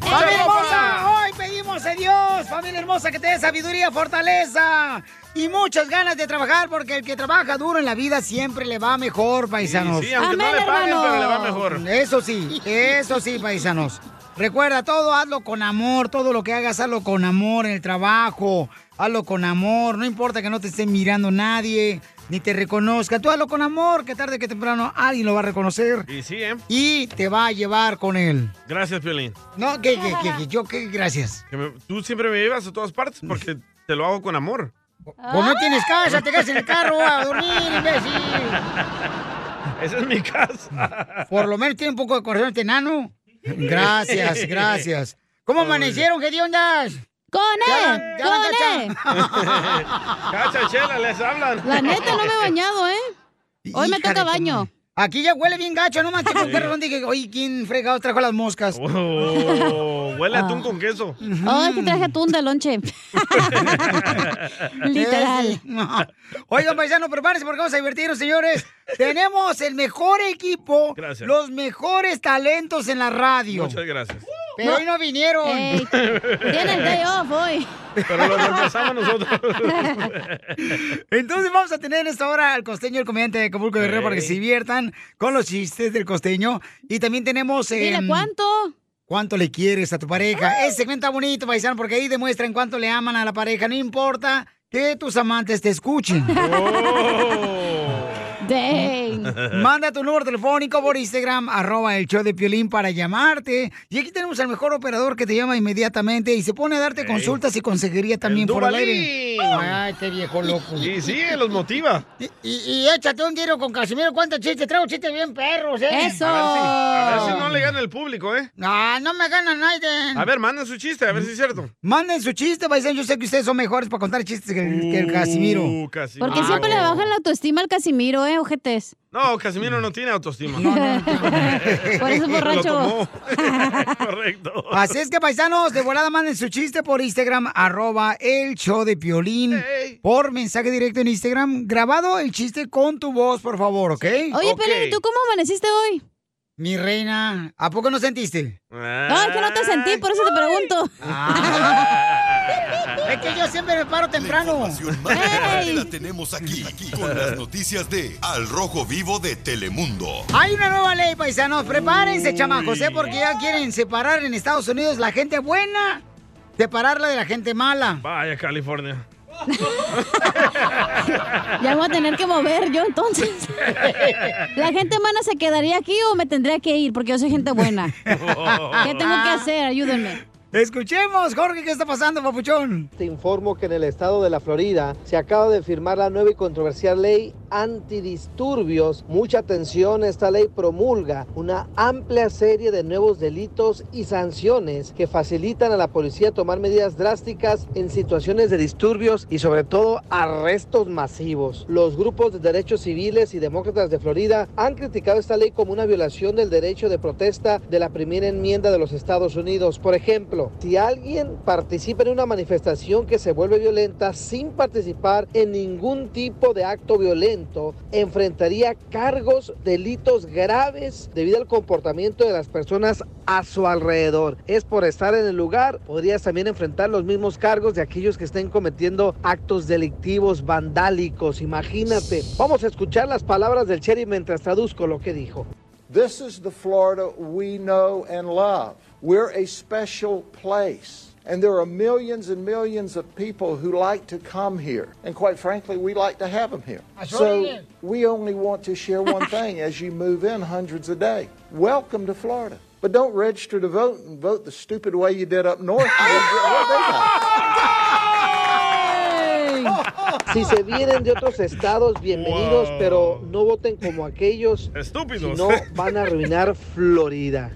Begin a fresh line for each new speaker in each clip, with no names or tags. ¡Familia hermosa! Hoy pedimos a Dios, familia hermosa, que te dé sabiduría, fortaleza y muchas ganas de trabajar, porque el que trabaja duro en la vida siempre le va mejor, paisanos.
sí, aunque no Amén, le paguen, hermano. pero le va mejor.
Eso sí, eso sí, paisanos. Recuerda, todo hazlo con amor, todo lo que hagas, hazlo con amor en el trabajo, hazlo con amor, no importa que no te esté mirando nadie, ni te reconozca, tú hazlo con amor, que tarde que temprano alguien lo va a reconocer
Y sí, ¿eh?
y te va a llevar con él.
Gracias, Piolín.
No, que, que, que, que yo, que gracias.
Que me- tú siempre me llevas a todas partes porque te lo hago con amor.
Pues no tienes casa, te quedas en el carro a dormir, imbécil.
Esa es mi casa.
Por lo menos tiene un poco de corazón este enano. Gracias, gracias. ¿Cómo amanecieron, qué ondas?
¡Con E,
él!
¡Con él!
Cacha, chela, les hablan.
La neta, no me he bañado, ¿eh? Hoy me
Hija de
toca
tu
baño.
madre. pues, Aquí ya huele bien gacho, no manches, con qué razón dije, oye, ¿quién fregado trajo las moscas?
Oh, huele a
Ah,
atún con queso.
Ay, que traje atún de lonche. Literal.
Oigan, paisano, prepárense porque vamos a divertirnos, señores. Tenemos el mejor equipo,
Gracias.
los mejores talentos en la radio.
Muchas gracias.
Pero hoy no vinieron.
Ey, Tienen day off hoy.
Pero lo reemplazamos nosotros.
Entonces vamos a tener en esta hora al costeño, el comediante de Acapulco Guerrero,
Ey.
para que se diviertan con los chistes del costeño. Y también tenemos...
Dile
em,
cuánto.
¿Cuánto le quieres a tu pareja? Ese segmento está bonito, paisano, porque ahí demuestran cuánto le aman a la pareja. No importa que tus amantes te escuchen.
Dang.
Manda tu número telefónico por Instagram, arroba el show de Piolín para llamarte. Y aquí tenemos al mejor operador que te llama inmediatamente y se pone a darte consultas y consejería también por el aire.
Duvalín.
Ay, qué viejo loco.
Y sí, los motiva.
Y, y- y échate un tiro con Casimiro. ¿Cuántos chistes? Traigo chistes bien perros, ¿eh?
Eso.
A ver, si, a ver si no le gana el público, ¿eh?
No, no me gana nadie.
A ver, manden su chiste, a ver si es cierto.
Manden su chiste, paisano. Yo sé que ustedes son mejores para contar chistes que, el- que el Casimiro.
Uh, Casimiro.
Porque siempre le bajan la autoestima al Casimiro, ¿eh? Ojetes.
No, Casimiro no tiene autoestima.
Por eso es borracho.
Lo tomó. Correcto.
Así es que, paisanos, de volada manden su chiste por Instagram, arroba el show de Piolín,
Ey.
por mensaje directo en Instagram, grabado el chiste con tu voz, por favor, ¿ok?
Oye,
Ok.
Pelín, ¿tú cómo amaneciste hoy?
Mi reina, ¿a poco no sentiste?
No, es que no te sentí, por eso te pregunto.
Ah, es que yo siempre me paro temprano.
información más relevante
Ey.
la tenemos aquí, aquí, con las noticias de Al Rojo Vivo de Telemundo.
Hay una nueva ley, paisanos, prepárense, chamacos, ¿eh? Porque ya quieren separar en Estados Unidos la gente buena, separarla de la gente mala.
Vaya, California.
Ya voy a tener que mover yo entonces. ¿La gente humana se quedaría aquí o me tendría que ir? Porque yo soy gente buena. ¿Qué tengo que hacer? Ayúdenme.
Escuchemos, Jorge, ¿qué está pasando, papuchón?
Te informo que en el estado de la Florida se acaba de firmar la nueva y controversial ley antidisturbios. Mucha atención, esta ley promulga una amplia serie de nuevos delitos y sanciones que facilitan a la policía tomar medidas drásticas en situaciones de disturbios y sobre todo arrestos masivos. Los grupos de derechos civiles y demócratas de Florida han criticado esta ley como una violación del derecho de protesta de la primera enmienda de los Estados Unidos. Por ejemplo, si alguien participa en una manifestación que se vuelve violenta sin participar en ningún tipo de acto violento, violento enfrentaría cargos, delitos graves debido al comportamiento de las personas a su alrededor. Es por estar en el lugar, podrías también enfrentar los mismos cargos de aquellos que estén cometiendo actos delictivos, vandálicos. Imagínate. Vamos a escuchar las palabras del sheriff mientras traduzco lo que dijo.
This is the Florida we know and love. We're a special place. And there are millions and millions of people who like to come here. And quite frankly, we like to have them here.
sure
So
did.
we only want to share one thing as you move in hundreds a day. Welcome to Florida. But don't register to vote and vote the stupid way you did up north. What they got.
Si se vienen de otros estados, bienvenidos,
Wow.
pero no voten como aquellos.
Estúpidos.
Si no, van a arruinar Florida.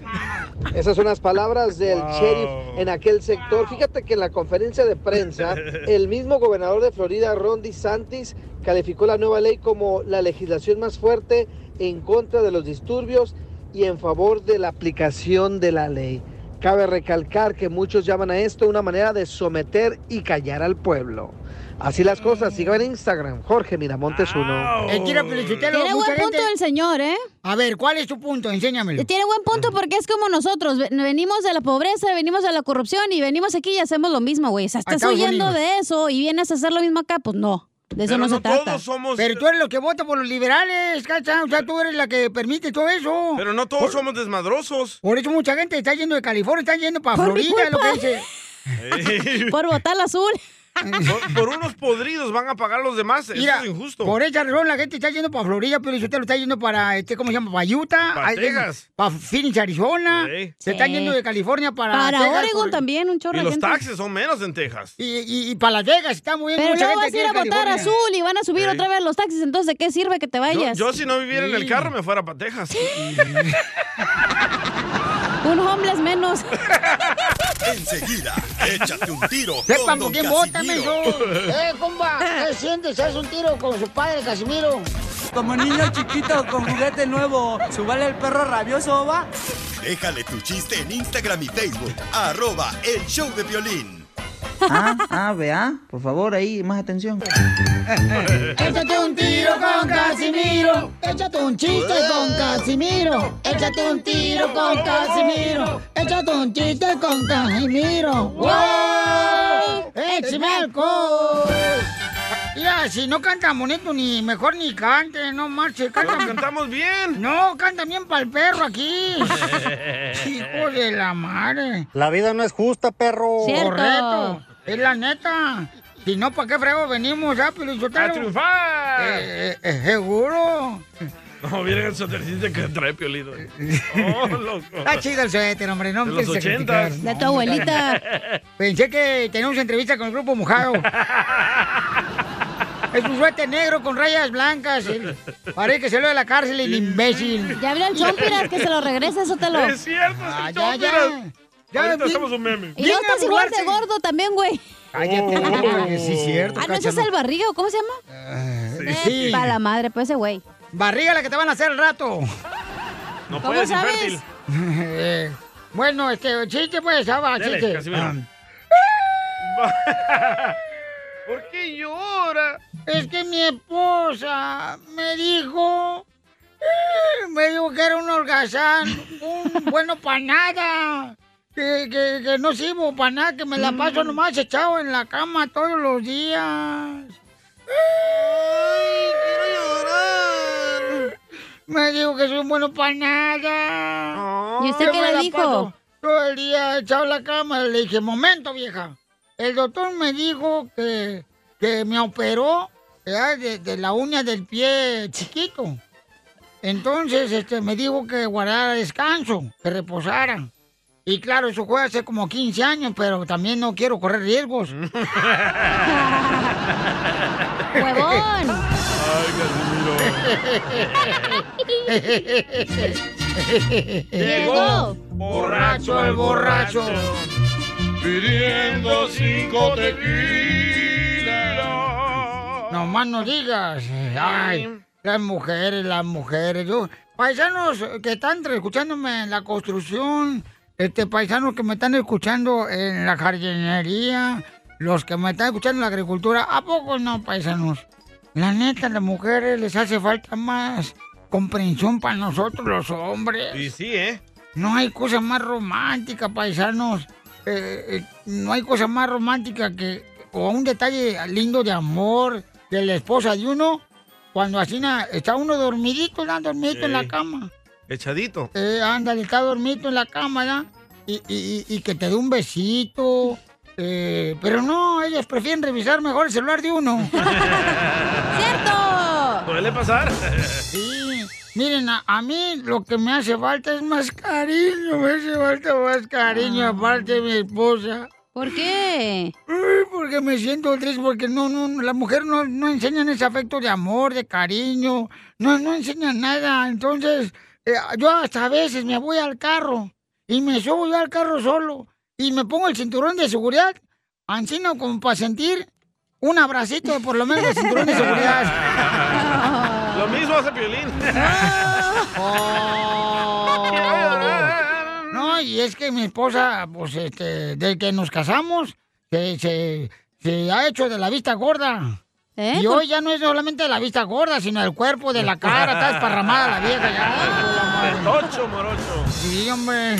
Esas son las palabras del
Wow.
sheriff en aquel sector. Fíjate que en la conferencia de prensa, el mismo gobernador de Florida, Ron DeSantis, calificó la nueva ley como la legislación más fuerte en contra de los disturbios y en favor de la aplicación de la ley. Cabe recalcar que muchos llaman a esto una manera de someter y callar al pueblo. Así las cosas. Síganme en Instagram, Jorge Miramontes uno.
Eh, mira, Piolín Sotelo,
Tiene buen
mucha
punto
gente...
el señor, ¿eh?
A ver, ¿cuál es tu punto? Enséñamelo.
Tiene buen punto porque es como nosotros. Ve- Venimos de la pobreza, venimos de la corrupción y venimos aquí y hacemos lo mismo, güey. O sea, estás
Estados
huyendo
Unidos.
de eso y vienes a hacer lo mismo acá. Pues no, de eso
Pero
no, se
no
trata.
todos somos. eh,
Pero tú eres lo que vota por los liberales, cacha. O sea, tú eres la que permite todo eso.
Pero no todos somos desmadrosos.
Por eso mucha gente está yendo de California, está yendo para
Por mi
Florida, lo
culpa.
que dice.
Por votar al azul.
por, por unos podridos van a pagar los demás.
Mira,
Eso es injusto.
por esa razón la gente está yendo para Florida, pero usted lo está yendo para, este, ¿cómo se llama? Para Utah.
Para
ahí-
Texas.
Para Phoenix, Arizona.
Sí.
Se están
Sí.
yendo de California para
Para
Texas,
Oregon
por-
también, un chorro
y
de
los
gente.
taxes son menos en Texas.
Y, y, y para Las Vegas, está muy bien.
Pero
mucha
luego vas
gente
a ir a
aquí en
votar
California.
azul y van a subir
Sí.
otra vez los taxis. Entonces, ¿de qué sirve que te
Yo,
vayas?
yo si no viviera en el carro me fuera para Texas.
Un homeless menos.
Enseguida, échate un tiro con
Sepan por
Don
quién votan,
Casimiro.
mijo. ¡Eh, comba! ¿Qué sientes? ¿Haz un tiro con su padre, Casimiro?
Como niño chiquito con juguete nuevo, subale el perro rabioso, va.
Déjale tu chiste en Instagram y Facebook, arroba el show de violín.
Ah, ah, vea, por favor, ahí, más atención.
Échate un tiro con Casimiro. Échate un chiste con Casimiro. Échate un tiro con Casimiro. Échate un chiste con Casimiro. ¡Wow! ¡Échame alcohol! Mira, si no cantan bonito, ni mejor ni cante, no marche,
Pero
cantan.
cantamos bien.
No, cantan bien para el perro aquí. Hijo de la madre.
La vida no es justa, perro.
Cierto.
Correcto. Es la neta. Si no, ¿para qué frego venimos rápido y
¡A
soltero?
triunfar!
Eh, eh, eh, seguro.
No, miren el sotercito que trae Piolito. Oh, loco.
Está chido el suéter, hombre. No
De
me
los
empieces a
ochentas.
criticar.
De tu abuelita.
Pensé que teníamos entrevista con el grupo mojado. es un suéter negro con rayas blancas. El- Parece que se lo de la cárcel, el imbécil.
Ya abrió el chompiras que se lo regresa, eso te lo.
Es cierto,
Ah,
es que
ya, ya. Ya,
Ahorita
vi-
hacemos un meme.
Y no
Viene a
estás igual de
burlarse.
gordo también, güey.
Oh.
Cállate, la boca, que sí, es cierto.
Ah, no, ese es
cacha,
el barriga, ¿o ¿cómo se llama?
no.
Eh,
Sí.
Para la madre, pues ese güey.
Barriga la que te van a hacer el rato.
No
¿Cómo
puedes,
sabes?
infértil.
Eh, bueno, este, chiste pues, ah, va,
Dale,
chiste.
Casimiro.
Ah,
¿Por qué llora?
Es que mi esposa me dijo. eh, Me dijo que era un holgazán, un bueno para nada. Que, que- que no sirvo para nada, que me la
Mm.
paso nomás echado en la cama todos los días. Me dijo que soy bueno para nada.
¿Y usted
Que
qué
me
le
la
dijo?
paso Todo el día echado en la cama. Le dije, momento, vieja. El doctor me dijo que, que me operó ¿verdad? de, de la uña del pie chiquito. Entonces este, me dijo que guardara descanso, que reposara. Y claro, eso fue hace como 15 años, pero también no quiero correr riesgos.
¡Huevón!
Ay, Casimiro.
Llegó.
Borracho
el borracho.
Pidiendo cinco tequilas.
No más no digas. Ay, las mujeres, las mujeres. Yo, paisanos que están tra- escuchándome en la construcción, este paisanos que me están escuchando en la jardinería, los que me están escuchando en la agricultura, ¿a poco no, paisanos? La neta, a las mujeres les hace falta más comprensión para nosotros los hombres.
Y sí, ¿eh?
No hay cosa más romántica, paisanos. Eh, eh, no hay cosa más romántica que o un detalle lindo de amor de la esposa de uno cuando así na- está uno dormidito, ¿no? dormidito en la
Sí.
cama.
Echadito.
Eh, ándale, está dormidito en la cama, ¿ya? Y, y- y- y que te dé un besito. eh, pero no, ellas prefieren revisar mejor el celular de uno. ¡Cierto!
¿Suele pasar?
Sí. Miren, a, a mí lo que me hace falta es más cariño, me hace falta más cariño aparte de mi esposa. Ah. ¿Por qué? Porque me siento triste, porque no, no, no, la mujer no, no enseñan ese afecto de amor, de cariño, no, no enseñan nada. Entonces, eh, yo hasta a veces me voy al carro y me subo yo al carro solo y me pongo el cinturón de seguridad, ansino como para sentir un abracito por lo menos el cinturón de seguridad.
Lo mismo hace Piolín.
No, y es que mi esposa, pues, este, desde que nos casamos, se, se- se ha hecho de la vista gorda.
¿Eh?
Y
¿Por-
hoy ya no es solamente la vista gorda, sino el cuerpo de la cara, está esparramada la vieja ya.
Tocho, morocho.
Sí, hombre.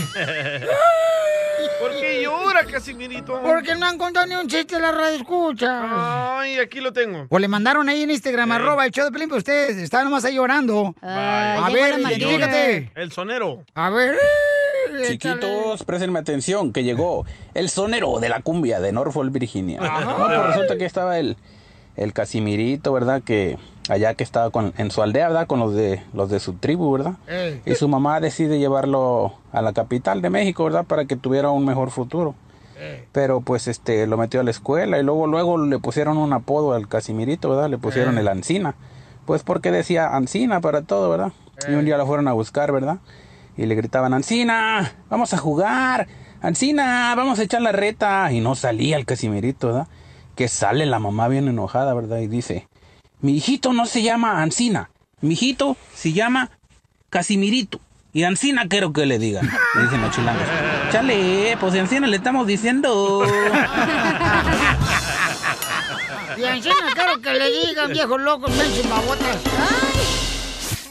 ¿Por qué llora, Casimirito?
Porque no han contado ni un chiste en la radio escucha.
Ay, aquí lo tengo.
O le mandaron ahí en Instagram, arroba el show de Pelín, pero ustedes estaban nomás ahí llorando.
Vaya.
A ver, identifícate.
El sonero.
A ver. eh,
Chiquitos, prestenme atención, que llegó el sonero de la cumbia de Norfolk, Virginia.
Ajá.
No, pues resulta que estaba el, el Casimirito, ¿verdad? Que allá que estaba con, en su aldea, ¿verdad? Con los de, los de su tribu, ¿verdad?
Ey.
Y su mamá decide llevarlo a la capital de México, ¿verdad? Para que tuviera un mejor futuro. Pero pues este lo metió a la escuela y luego luego le pusieron un apodo al Casimirito, ¿verdad? Le pusieron
Eh.
el Ancina. Pues porque decía Ancina para todo, ¿verdad? Y un día lo fueron a buscar, ¿verdad? Y le gritaban, Ancina, vamos a jugar, Ancina, vamos a echar la reta. Y no salía el Casimirito, ¿verdad? Que sale la mamá bien enojada, ¿verdad? Y dice, mi hijito no se llama Ancina, mi hijito se llama Casimirito. Y Ancina quiero que le digan, le dicen los chilangos. Chale, pues Ancina le estamos diciendo.
Y encima quiero que le digan, viejos locos, mensos babotas.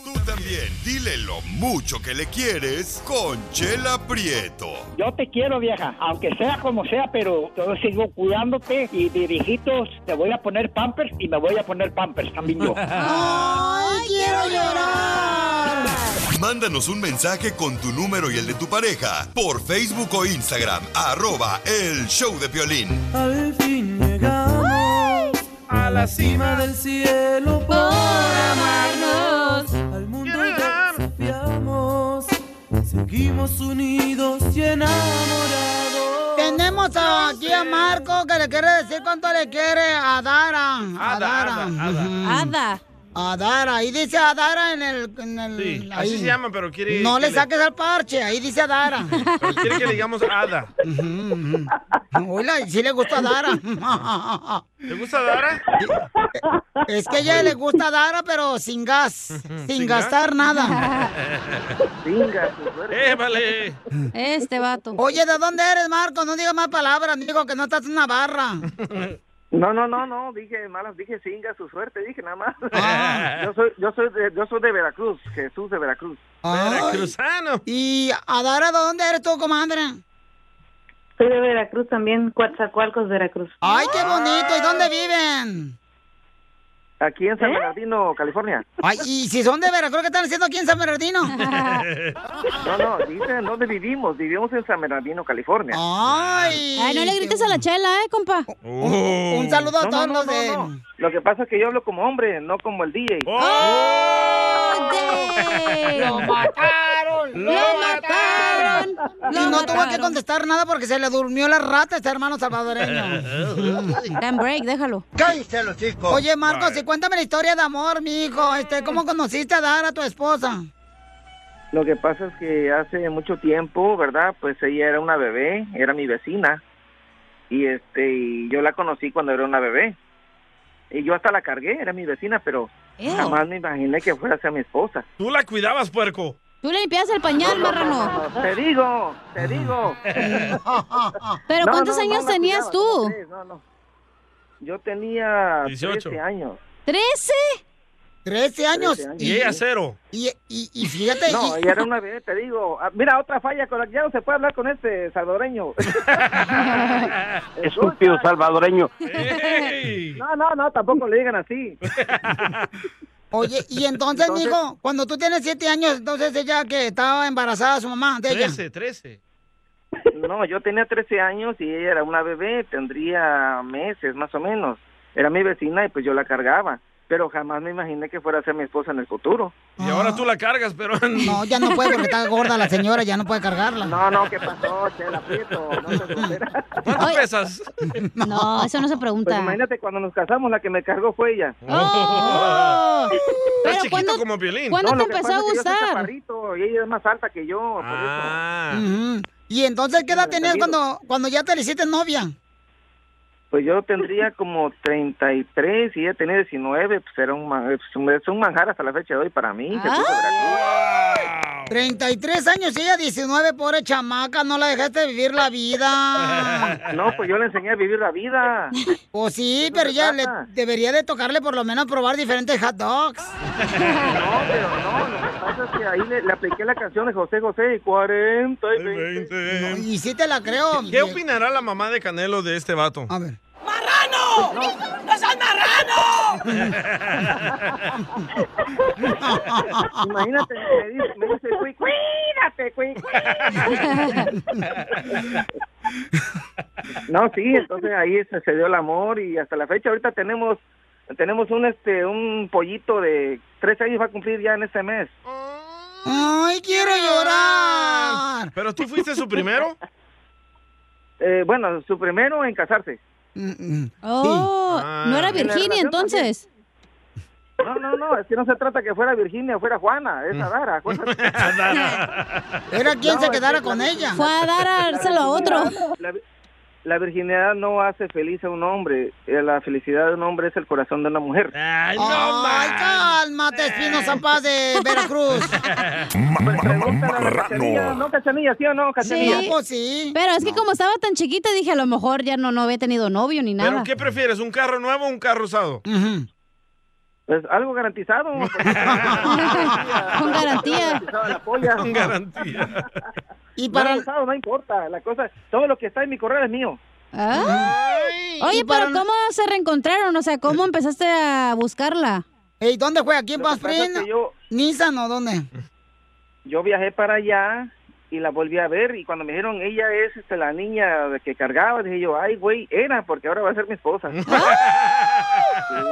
Tú también, dile lo mucho que le quieres con Chela Prieto.
Yo te quiero, vieja, aunque sea como sea, pero yo sigo cuidándote y de viejitos te voy a poner pampers y me voy a poner pampers también yo.
¡Ay, quiero llorar!
Mándanos un mensaje con tu número y el de tu pareja por Facebook o Instagram, arroba el show de violín.
Al fin llegamos a la cima del cielo por amarnos. Al mundo desafiamos, seguimos unidos y enamorados.
Tenemos aquí a Marco que le quiere decir cuánto le quiere a Dara. A Dara. Ujú. A Dara. Ahí dice a Dara en el. en el-
Sí,
ahí.
así se llama, pero quiere.
No
que
le saques al parche, ahí dice a Dara.
pero quiere que le digamos Ada.
Hola, sí le gusta a Dara.
¿Te gusta Dara?
Es que a ella le gusta a Dara, pero sin gas, sin
¿Sin
gastar nada.
¡Eh, vale!
Este vato. Oye, ¿de dónde eres, Marco? No digas más palabras, digo que no estás en Navarra.
No, no, no, no, dije malas, dije singa, su suerte, dije nada más. Yo soy, yo soy de, yo soy de Veracruz, Jesús de Veracruz.
Ah.
Veracruzano.
¿Y a Dara de dónde eres tú, comadre?
Soy de Veracruz también, Coatzacoalcos, Veracruz.
¡Ay, qué bonito! ¿Y dónde viven?
Aquí en San Bernardino, California.
Ay, y si son de Veracruz, ¿qué están haciendo aquí en San Bernardino?
No, no, dicen dónde vivimos, vivimos en San Bernardino, California.
Ay.
Ay, no le grites a la chela, eh, compa.
Un
saludo a todos
los de... Lo que pasa es que yo hablo como hombre, no como el DJ.
¡Lo mataron! ¡Lo mataron! Y no tuvo que contestar nada porque se le durmió la rata a este hermano salvadoreño. Dan break, déjalo.
¡Cállate los chicos!
Oye, Marcos, y cuéntame la historia de amor, mijo. Este, ¿Cómo conociste a Dara, tu esposa?
Lo que pasa es que hace mucho tiempo, ¿verdad? Pues ella era una bebé, era mi vecina. Y este y yo la conocí cuando era una bebé. Y yo hasta la cargué, era mi vecina, pero jamás me imaginé que fuera a ser mi esposa.
Tú la cuidabas, puerco.
Tú le limpias el pañal, marrano.
Te digo, te digo.
Pero
No,
¿cuántos
no, no
años
la
tenías
cuidaba,
tú?
Yo tenía
18.
13 años.
¿Trece?
¿Trece años?
Y ella cero.
Y, y, y fíjate.
No, ya era una vez, te digo. Ah, Mira, otra falla, con la que ya no se puede hablar con este salvadoreño.
Estúpido salvadoreño.
No, no, no, tampoco le digan así.
Oye, y entonces,
Entonces-
mijo, cuando tú tienes siete años, entonces ella que estaba embarazada su mamá de ella.
13, 13. No, yo tenía 13 años y ella era una bebé, tendría meses más o menos. Era mi vecina y pues yo la cargaba. Pero jamás me imaginé que fuera a ser mi esposa en el futuro.
Y ahora tú la cargas, pero...
No, ya no puede porque está gorda la señora, ya no puede cargarla.
No, no, ¿qué pasó? Chela Prieto, no te supera.
¿Cuántas pesas?
No, eso no se
Pues
pregunta.
imagínate, cuando nos casamos, la que me cargó fue ella.
¡Oh! Pero
chiquito
¿cuándo-
como violín.
¿Cuándo
No,
te
lo que
empezó a
pasa es que yo soy
gustar?
chaparrito y ella es más alta que yo. por
Ah.
eso.
Ujú. Ah. Y entonces, ¿qué edad tenías cuando, cuando ya te le hiciste novia?
Pues yo tendría como 33 y ella tenía 19, pues era un, ma- es un- es un manjar hasta la fecha de hoy para mí. Jesús
Ah.
de Veracruz.
33 años y ella 19, pobre chamaca, no la dejaste vivir la vida.
No, pues yo le enseñé a vivir la vida.
Pues sí, pero
se
ya le,
trata.
debería de tocarle por lo menos probar diferentes hot dogs.
No, pero no, lo que pasa es que ahí le, le apliqué la canción de José José, 40 y 20.
Y sí te la creo.
¿Qué opinará la mamá de Canelo de este vato?
A ver.
¡Marrano! ¡No seas marrano!
Imagínate, me dice, me dice "Cuí, cuídate, cuí, cuídate. No, sí, entonces ahí se, se dio el amor y hasta la fecha ahorita tenemos tenemos un este un pollito de tres años va a cumplir ya en este mes.
¡Ay, quiero llorar!
¿Pero tú fuiste su primero?
Ah, Eh, bueno, su primero en casarse.
Mm,
Oh, ¿no era
Ah.
Virginia entonces?
No, no, no, es que no se trata que fuera Virginia, fuera Juana,
Mm.
es Adara. acuérdate.
Era quien
No,
se
es
quedara
que
con
la-
ella.
Fue a dar a dárselo a otro.
La, la virginidad no hace feliz a un hombre. Eh, La felicidad de un hombre es el corazón de una mujer.
¡Ay,
¡Ay, cálmate, Espinosa Paz de Veracruz!
Pues Cachanilla, ¿No, Cachanilla? ¿Sí o no, Cachanilla?
Pero es que como estaba tan chiquita, dije, a lo mejor ya no, no había tenido novio ni nada.
¿Pero qué prefieres, un carro nuevo o un carro usado?
Pues algo garantizado.
Con garantía.
Con garantía.
Y
para... No, no importa, la cosa... Todo lo que está en mi correo es mío.
Mm.
Ah. Oye, pero ¿cómo se reencontraron? O sea, ¿cómo empezaste a buscarla?
¿Y Eh. dónde fue? ¿Aquí en
Lo que pasa es que yo,
¿Nissan o dónde?
yo viajé para allá y la volví a ver y cuando me dijeron, ella es este, la niña de que cargaba, dije yo, ay, güey, era, porque ahora va a ser mi esposa.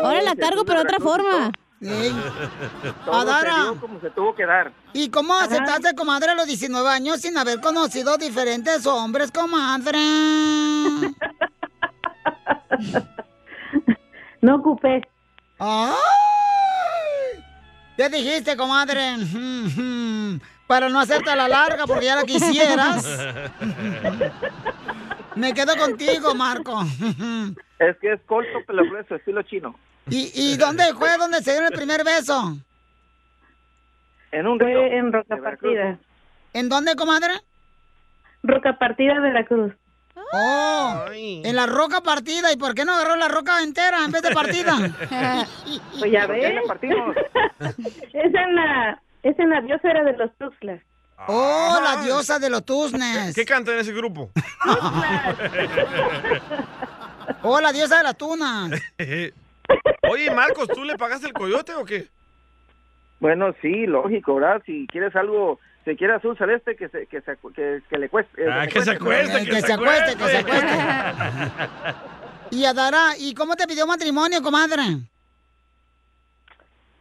Ahora la cargo, pero de otra forma.
Todo
Adara.
se dio como se tuvo que dar.
¿Y cómo aceptaste, comadre, a los 19 años sin haber conocido diferentes hombres, comadre?
No ocupé.
¡Ay! ¿Qué dijiste, comadre? Mm, mm, Para no hacerte a la larga, porque ya la quisieras. Me quedo contigo, Marco.
Es que es corto, pero grueso, estilo chino.
¿Y, y dónde fue donde se dieron el primer beso?
En un río.
Eh, en Roca
De Veracruz.
Partida.
¿En dónde, comadre?
Roca Partida, Veracruz.
Oh, en la roca partida. ¿Y por qué no agarró la roca entera en vez de partida?
Pues ya ves. es, en la, es en la biosfera de los Tuxtlas.
Oh, la diosa de los Tusnes.
¿Qué canta en ese grupo?
Oh, la diosa de las tunas.
Oye, Marcos, ¿tú le pagaste el coyote o qué?
Bueno, sí, lógico, ¿verdad? Si quieres algo, si quieres azul celeste, que se, que se acu- que, que le cueste. eh,
Ah,
le
que se
cueste,
acueste,
¿verdad?
que se acueste,
que se Y Adara, ¿y cómo te pidió matrimonio, comadre?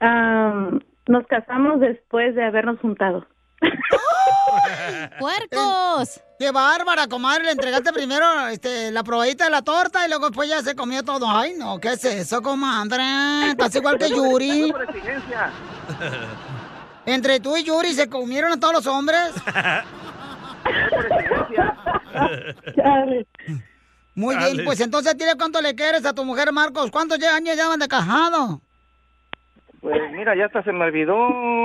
Am, nos casamos después de habernos juntado.
¡Puercos!
Eh, ¡Qué bárbara, comadre! Le entregaste primero este, la probadita de la torta y luego después ya se comió todo. ¡Ay, no! ¿Qué es eso, comadre? Estás igual que Yuri.
Por exigencia.
Entre tú y Yuri se comieron a todos los hombres. Muy bien,
Chale.
pues entonces dile cuánto le quieres a tu mujer, Marcos. ¿Cuántos ya- años llevan de casado?
Pues mira, ya hasta se me olvidó.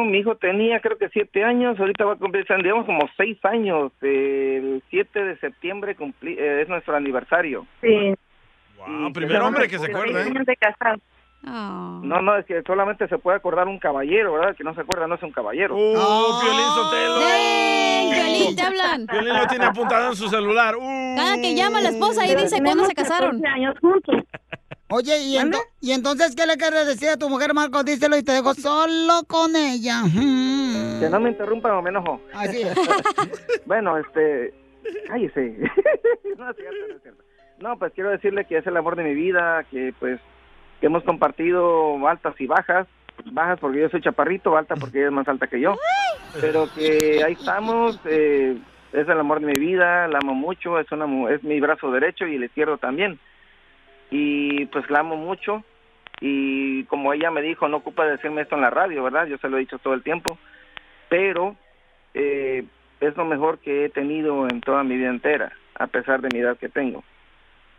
Mi hijo tenía creo que siete años. Ahorita va a cumplir, digamos, como seis años. El 7 de septiembre cumpli- eh, es nuestro aniversario.
Sí.
Wow, primer hombre que se acuerda, ¿eh?
de casados.
No, no, es que solamente se puede acordar un caballero, ¿verdad? El que no se acuerda no es un caballero.
¡Oh, Piolín Sotelo!
Piolín, te hablan.
Piolín lo tiene apuntado en su celular. ¡Uh!
Cada que llama la esposa y
Pero
dice cuándo
tenemos
se casaron.
14 años juntos.
Oye, ¿y, ento- ¿y entonces qué le quieres decir a tu mujer, Marcos? Díselo y te dejo solo con ella.
Uh.
Mm.
Que no me interrumpan o me enojo.
Así es.
bueno, este... Cállese. no es cierto, no es cierto. No, pues quiero decirle que es el amor de mi vida, que pues que hemos compartido altas y bajas. Bajas porque yo soy chaparrito, alta porque ella es más alta que yo. Pero que ahí estamos, eh, es el amor de mi vida, la amo mucho, es, una, mu- es mi brazo derecho y el izquierdo también. Y pues la amo mucho. Y como ella me dijo, no ocupa decirme esto en la radio, ¿verdad? Yo se lo he dicho todo el tiempo. Pero eh, es lo mejor que he tenido en toda mi vida entera, a pesar de mi edad que tengo.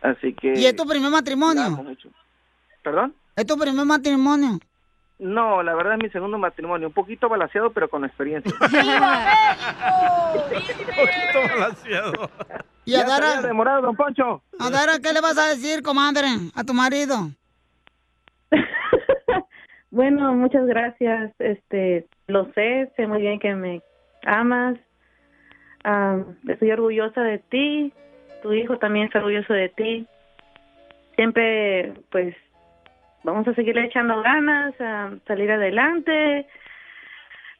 Así que...
¿Y es tu primer matrimonio?
¿Perdón?
¿Es tu primer matrimonio?
No, la verdad es mi segundo matrimonio, un poquito balaseado pero con experiencia.
Poquito balanceado.
¿Y a Dara?
demorado, don Poncho.
¿A Dara qué le vas a decir, comadre, a tu marido?
Bueno, muchas gracias. Este, lo sé, sé muy bien que me amas. Am, estoy orgullosa de ti. Tu hijo también está orgulloso de ti. Siempre, pues, vamos a seguirle echando ganas a salir adelante.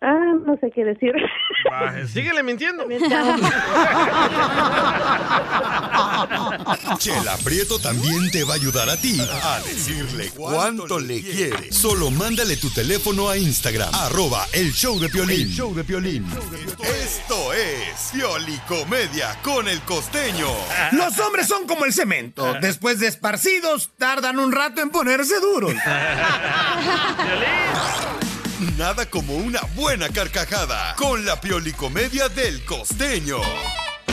Ah, no sé qué decir.
Baje, Síguele mintiendo.
Chela Prieto también te va a ayudar a ti a decirle cuánto le quiere. Solo mándale tu teléfono a Instagram, arroba el show de Piolín.
El
show de Piolín. Esto es Pioli Comedia con el costeño.
Los hombres son como el cemento. Después de esparcidos, tardan un rato en ponerse duros.
Nada como una buena carcajada con la Pioli Comedia del costeño.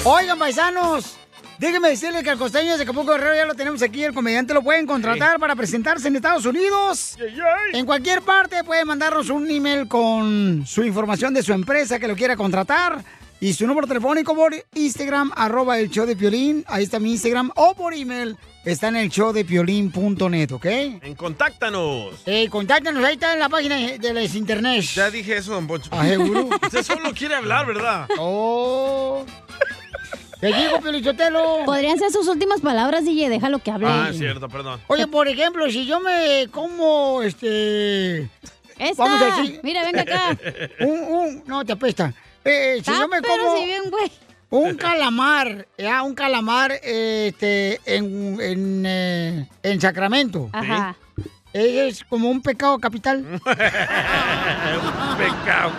Oigan, paisanos, déjenme decirles que al costeño de Acapulco Guerrero ya lo tenemos aquí. El comediante lo pueden contratar para presentarse en Estados Unidos. En cualquier parte pueden mandarnos un email con su información de su empresa que lo quiera contratar. Y su número telefónico por Instagram, arroba el show de Piolín. Ahí está mi Instagram. O por email, está en el show de Piolín.net, ¿ok?
En contáctanos.
Eh, contáctanos, ahí está en la página de las internet.
Ya dije eso, don Poncho.
Ah, seguro.
Usted solo quiere hablar, ¿verdad?
Oh. Te digo, Pelichotelo.
Podrían ser sus últimas palabras, DJ. Déjalo que hable.
Ah, es cierto, perdón.
Oye, por ejemplo, si yo me como, este...
Esta. Mira, venga acá.
Un, un- no, te apesta. Eh, si yo me
Tápero,
como...
si bien,
Un calamar, ya, un calamar, eh, este, en, en, eh, en Sacramento.
Ajá.
Es como un pecado capital.
Un pecado,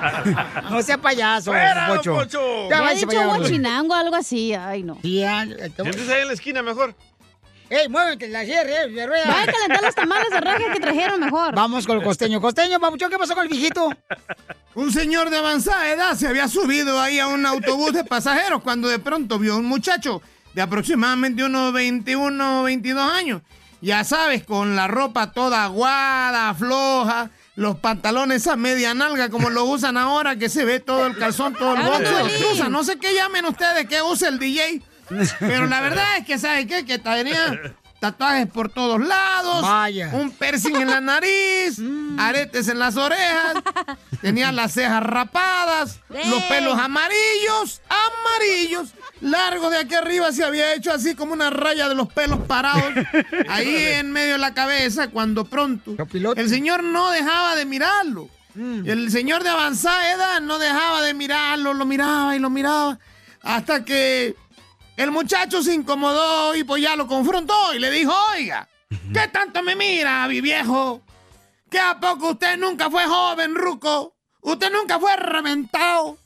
capital.
No sea payaso,
¡Fuera, don
Pocho.
Poncho!
Ya ha
váyase
dicho
para allá, hombre.
guachinango algo así. Ay, no.
Ya,
Siéntese ahí en la esquina mejor.
¡Ey, muévete la sierra, eh, rueda!
Vaya a calentar los tamales de raja que trajeron mejor.
Vamos con el costeño. Costeño, papuchón, ¿qué pasó con el viejito?
Un señor de avanzada edad se había subido ahí a un autobús de pasajeros cuando de pronto vio a un muchacho de aproximadamente unos 21 22 años. Ya sabes, con la ropa toda aguada, floja, los pantalones a media nalga como los usan ahora, que se ve todo el calzón, todo el
Habla,
boxer,
Piolín.
los usan. No sé qué llamen ustedes, qué usa el DJ. Pero la verdad es que, ¿sabes qué? Que tenía tatuajes por todos lados,
Vaya.
un piercing en la nariz, aretes en las orejas, tenía las cejas rapadas, los pelos amarillos, amarillos, largo de aquí arriba se había hecho así como una raya de los pelos parados, ahí en medio de la cabeza, cuando pronto el señor no dejaba de mirarlo. El señor de avanzada edad no dejaba de mirarlo, lo miraba y lo miraba, hasta que el muchacho se incomodó y pues ya lo confrontó y le dijo, oiga, ¿qué tanto me mira, mi viejo? ¿Que a poco usted nunca fue joven, ruco? ¿Usted nunca fue reventado?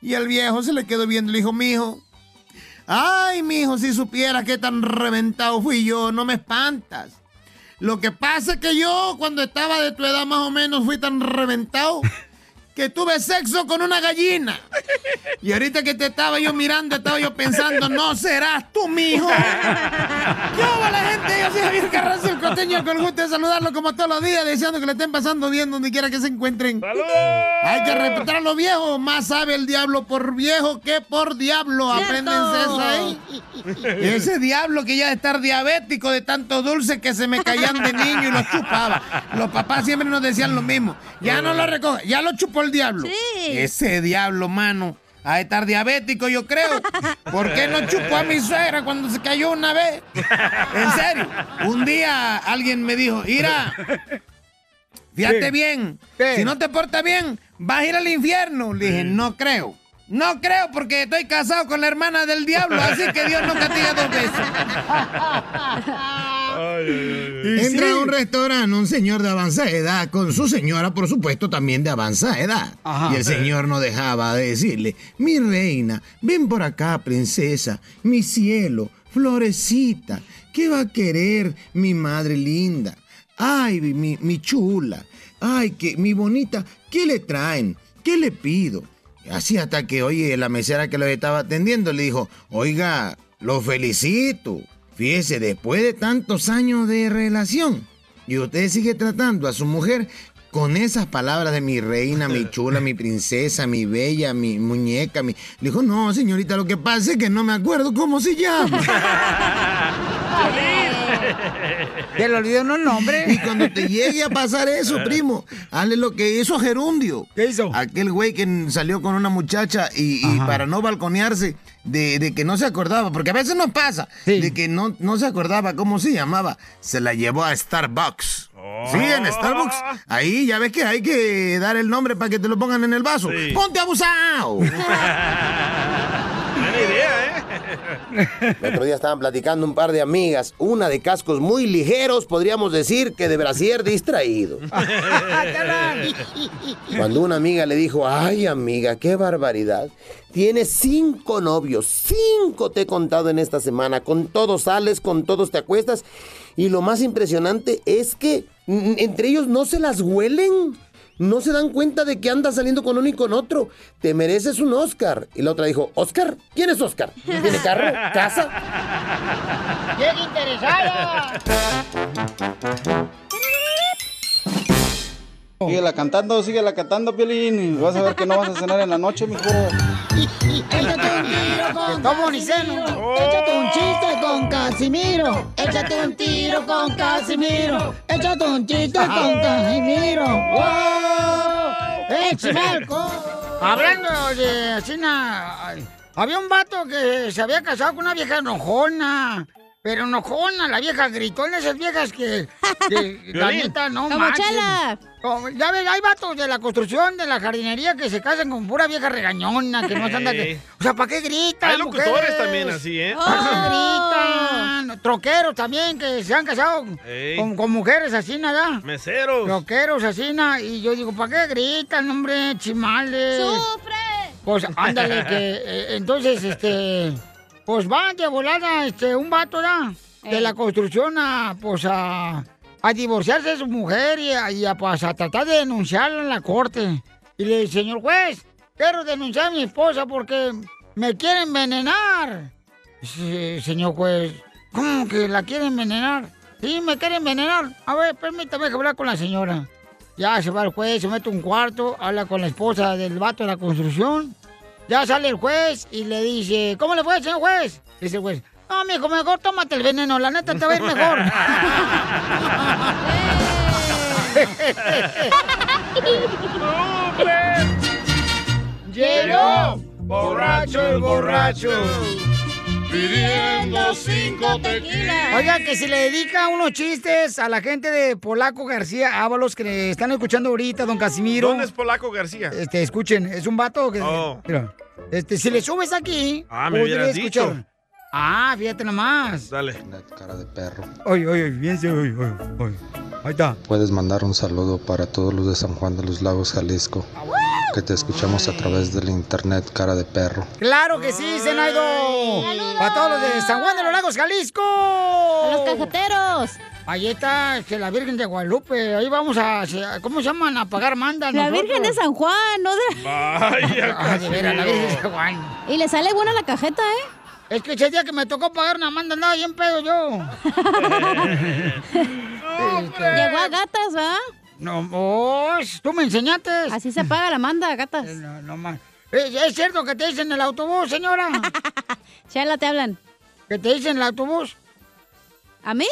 Y el viejo se le quedó viendo y le dijo, mijo, ay, mijo, si supiera qué tan reventado fui yo, no me espantas. Lo que pasa es que yo, cuando estaba de tu edad más o menos, fui tan reventado que tuve sexo con una gallina. Y ahorita que te estaba yo mirando, estaba yo pensando, no serás tú, mijo. Yo, la gente, yo soy Javier Carranza, el costeño, con el gusto de saludarlo como todos los días, deseando que le estén pasando bien donde quiera que se encuentren. Hay que respetar a los viejos, más sabe el diablo por viejo que por diablo. Apréndense eso ahí. Ese diablo que ya de estar diabético de tanto dulce que se me caían de niño y los chupaba. Los papás siempre nos decían lo mismo. Ya no lo recoge, ya lo chupó el diablo. Ese diablo, mano. A estar diabético, yo creo. ¿Por qué no chupó a mi suegra cuando se cayó una vez? En serio. Un día alguien me dijo, Ira, fíjate
Sí.
bien. Si no te portas bien, vas a ir al infierno. Le dije, no creo. No creo porque estoy casado con la hermana del diablo, así que Dios no castiga dos veces.
Entra a un restaurante un señor de avanzada edad, con su señora, por supuesto, también de avanzada edad.
Ajá.
Y el señor no dejaba de decirle, mi reina, ven por acá, princesa, mi cielo, florecita, ¿qué va a querer mi madre linda? Ay, mi, mi chula, ay, que, mi bonita, ¿qué le traen? ¿Qué le pido? Así hasta que, oye, la mesera que lo estaba atendiendo le dijo, oiga, lo felicito. Fíjese, después de tantos años de relación, y usted sigue tratando a su mujer con esas palabras de mi reina, mi chula, mi princesa, mi bella, mi muñeca, mi... Le dijo, no, señorita, lo que pasa es que no me acuerdo cómo se llama.
Te lo olvidó un nombre.
Y cuando te llegue a pasar eso, primo, hazle lo que hizo Gerundio.
¿Qué hizo?
Aquel güey que salió con una muchacha y, y para no balconearse de, de que no se acordaba, porque a veces nos pasa, de que no, no se acordaba cómo se llamaba, se la llevó a Starbucks. Sí, en Starbucks. Ahí ya ves que hay que dar el nombre para que te lo pongan en el vaso. ¡Ponte abusado!
Buena idea, ¿eh?
El otro día estaban platicando un par de amigas, una de cascos muy ligeros, podríamos decir que de brasier distraído. Cuando una amiga le dijo, ay amiga, qué barbaridad. Tienes cinco novios, cinco te he contado en esta semana. Con todos sales, con todos te acuestas. Y lo más impresionante es que mm, entre ellos no se las huelen. No se dan cuenta de que andas saliendo con uno y con otro. Te mereces un Oscar. Y la otra dijo, ¿Oscar? ¿Quién es Oscar? ¿Tiene carro? ¿Casa?
¡Llega interesada!
Síguela cantando, síguela cantando, Piolín. y Vas a ver que no vas a cenar en la noche, mijo.
Échate un tiro con Casimiro. Échate un chiste con Casimiro. Échate un tiro con Casimiro. Échate un chiste con Casimiro. ¡Wow!
¡Eh,
¡Échame alcohol! Hablando de Asina, ay, había un vato que se había casado con una vieja enojona. Pero enojona, la vieja gritó en esas viejas que. que la
Violín.
neta, no
Como
manchen.
Chela.
Como- Ya ves, hay vatos de la construcción, de la jardinería que se casan con pura vieja regañona, que no se anda que.
Ey.
O sea, ¿para qué gritan?
Hay locutores
mujeres?
también así, ¿eh?
¿Para qué gritan? Troqueros también que se han casado
Ey.
con, con mujeres así, nada.
Meseros.
Troqueros así, nada. Y yo digo, ¿para qué gritan, hombre? Chimales. Pues ándale, que eh, entonces, este, pues va de volada, este, un vato, ¿verdad? De la construcción a, pues a, a divorciarse de su mujer y a, y a, pues, a tratar de denunciarla en la corte. Y le dice, señor juez, quiero denunciar a mi esposa porque me quiere envenenar. Dice, señor juez, ¿cómo que la quiere envenenar? Sí, me quiere envenenar. A ver, permítame hablar con la señora. Ya se va el juez, se mete a un cuarto, habla con la esposa del vato de la construcción. Ya sale el juez y le dice, ¿cómo le fue, señor juez? Dice el juez, no, mijo, mejor tómate el veneno, la neta te va a ir mejor.
Llegó borracho el borracho pidiendo cinco tequilas.
Oiga, que si le dedica unos chistes a la gente de Polaco García Ábalos que le están escuchando ahorita, don Casimiro.
¿Dónde es Polaco García?
Eh.
Este, escuchen, es un vato que...
Oh.
Mira, este, si le subes aquí,
Ah, me
podría
hubieras dicho.
Ah, fíjate nomás.
Dale.
Cara de perro.
Oye, oye, bien, sí, oye, oye, oye. Ahí está.
Puedes mandar un saludo para todos los de San Juan de los Lagos, Jalisco, que te escuchamos a través del internet, cara de perro.
¡Claro que sí, Zenaido! ¡Para todos los de San Juan de los Lagos, Jalisco! ¡A los cajeteros! Ahí está este, la Virgen de Guadalupe. Ahí vamos a. a- ¿Cómo se llaman? A pagar mandas.
La Virgen de San Juan, no de...
Vaya, Ah, de veras, la Virgen de San Juan.
Y le sale buena la cajeta, ¿eh?
Es que ese día que me tocó pagar una manda andaba bien pedo yo.
Llegó a gatas, ¿va?
Este, No, vos, tú me enseñaste.
Así se paga la manda, gatas.
Eh, No, no más. ¿Es, es cierto que te dicen en el autobús, señora?
Chala, te hablan.
¿Que te dicen en el autobús?
¿A mí?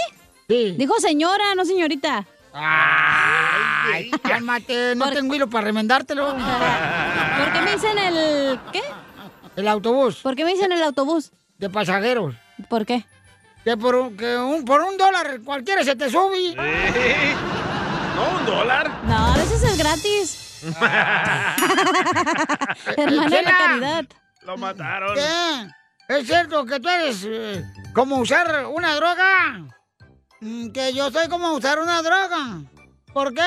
Sí.
Dijo señora, no señorita.
Ay, cálmate, no tengo hilo para remendártelo.
¿Por qué me dicen el qué?
El autobús.
¿Por qué me dicen el autobús?
De pasajeros.
¿Por qué?
Que por un, que un, por un dólar cualquiera se te sube.
¿No? ¿Un dólar?
No, a veces es gratis. Hermana de la
Chela.
caridad.
Lo mataron.
¿Qué? ¿Es cierto que tú eres eh, como usar una droga? Mm, Que yo soy como usar una droga. ¿Por qué?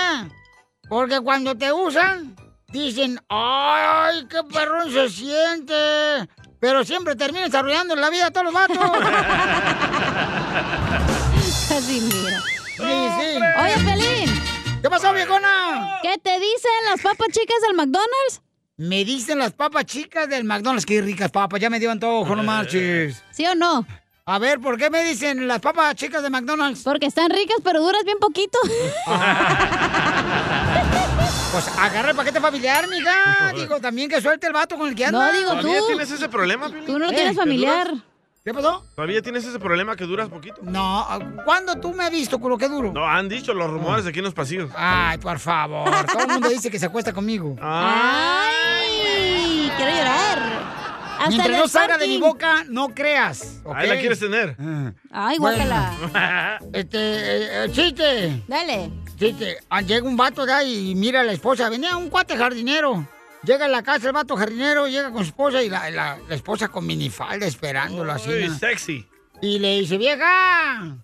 Porque cuando te usan, dicen, ¡ay, qué perrón se siente! Pero siempre terminas arruinando la vida a todos los vatos.
Casi mira.
Sí, sí.
Oye, Pelín.
¿Qué pasó, viejona?
¿Qué te dicen las papas chicas del McDonald's?
Me dicen las papas chicas del McDonald's, qué ricas papas, ya me dio antojo, no marches.
¿Sí o no?
A ver, ¿por qué me dicen las papas chicas de McDonald's?
Porque están ricas, pero duras bien poquito.
Pues agarra el paquete familiar, mija. Digo, también que suelte el vato con el que anda. Eh,
No, digo,
¿Todavía tienes ese problema, Piolín?
Tú no lo tienes familiar.
¿Qué pasó?
¿Todavía tienes ese problema que duras poquito?
No, ¿cuándo tú me has visto con lo que duro?
No, han dicho los rumores aquí en los pasillos.
Ay, por favor. Todo el mundo dice que se acuesta conmigo.
Ah,
¡Ay! Quiero llorar. Hasta en
Mientras
el
no salga de
parking.
mi boca, no creas. ¿ok?
Ahí la quieres tener.
Ay,
Bueno.
guácala.
Este, eh, eh, chiste.
Dale.
Chiste. Ah, Llega un vato ya y mira a la esposa. Venía un cuate jardinero. Llega a la casa el vato jardinero, llega con su esposa y la, la- la esposa con minifalda esperándolo así.
Uy,
¿no?
sexy.
Y le dice, vieja,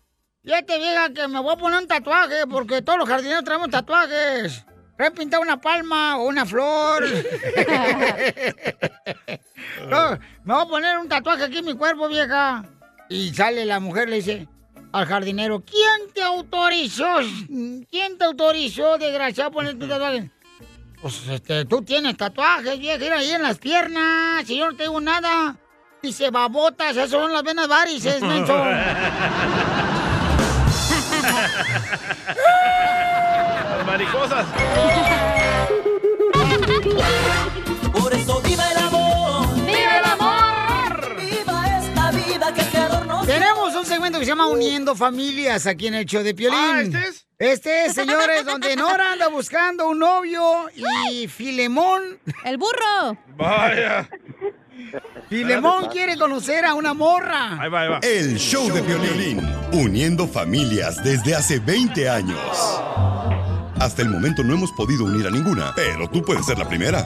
fíjate vieja que me voy a poner un tatuaje porque todos los jardineros traemos tatuajes. Traen pintar una palma o una flor. No, me voy a poner un tatuaje aquí en mi cuerpo, vieja. Y sale la mujer, le dice al jardinero, ¿quién te autorizó? ¿Quién te autorizó, desgraciado, poner tu tatuaje? Pues este, tú tienes tatuajes, vieja, mira ahí en las piernas, y yo no tengo nada. Dice, babotas, esas son las venas varices, menso.
Las maricosas.
Por eso viva el amor.
¡Viva el amor!
Viva esta vida que te adornó.
Tenemos un segmento que se llama Uniendo Familias aquí en el show de Piolín.
Ah,
¿este es? Este es, señores, donde Nora anda buscando un novio y Filemón...
¡El burro!
Vaya.
Filemón quiere conocer a una morra.
Ahí va, ahí va.
El show de violín, uniendo familias desde hace 20 años. Hasta el momento no hemos podido unir a ninguna, pero tú puedes ser la primera.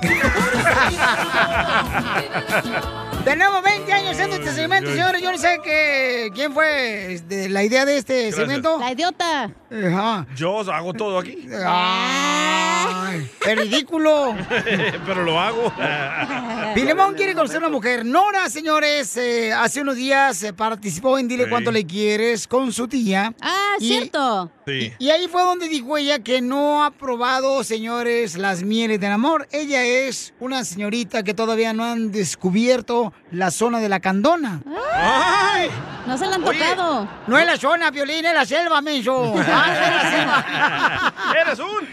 Tenemos 20 años haciendo este segmento, señores. Yo no sé qué, quién fue este, la idea de este segmento.
La idiota.
Yo hago todo aquí.
Ay, ¡Qué ridículo!
Pero lo hago.
Filemón quiere conocer a una mujer. Nora, señores, eh, hace unos días eh, participó en Dile
Sí.
Cuánto Le Quieres con su tía.
Ah, cierto.
Sí.
Y ahí fue donde dijo ella que no ha probado, señores, las mieles del amor. Ella es una señorita que todavía no han descubierto la zona de la candona.
¡Ay!
No se la han
Oye,
tocado.
No es la zona, Piolín, es la selva, menso. Ah, es la selva.
¡Eres un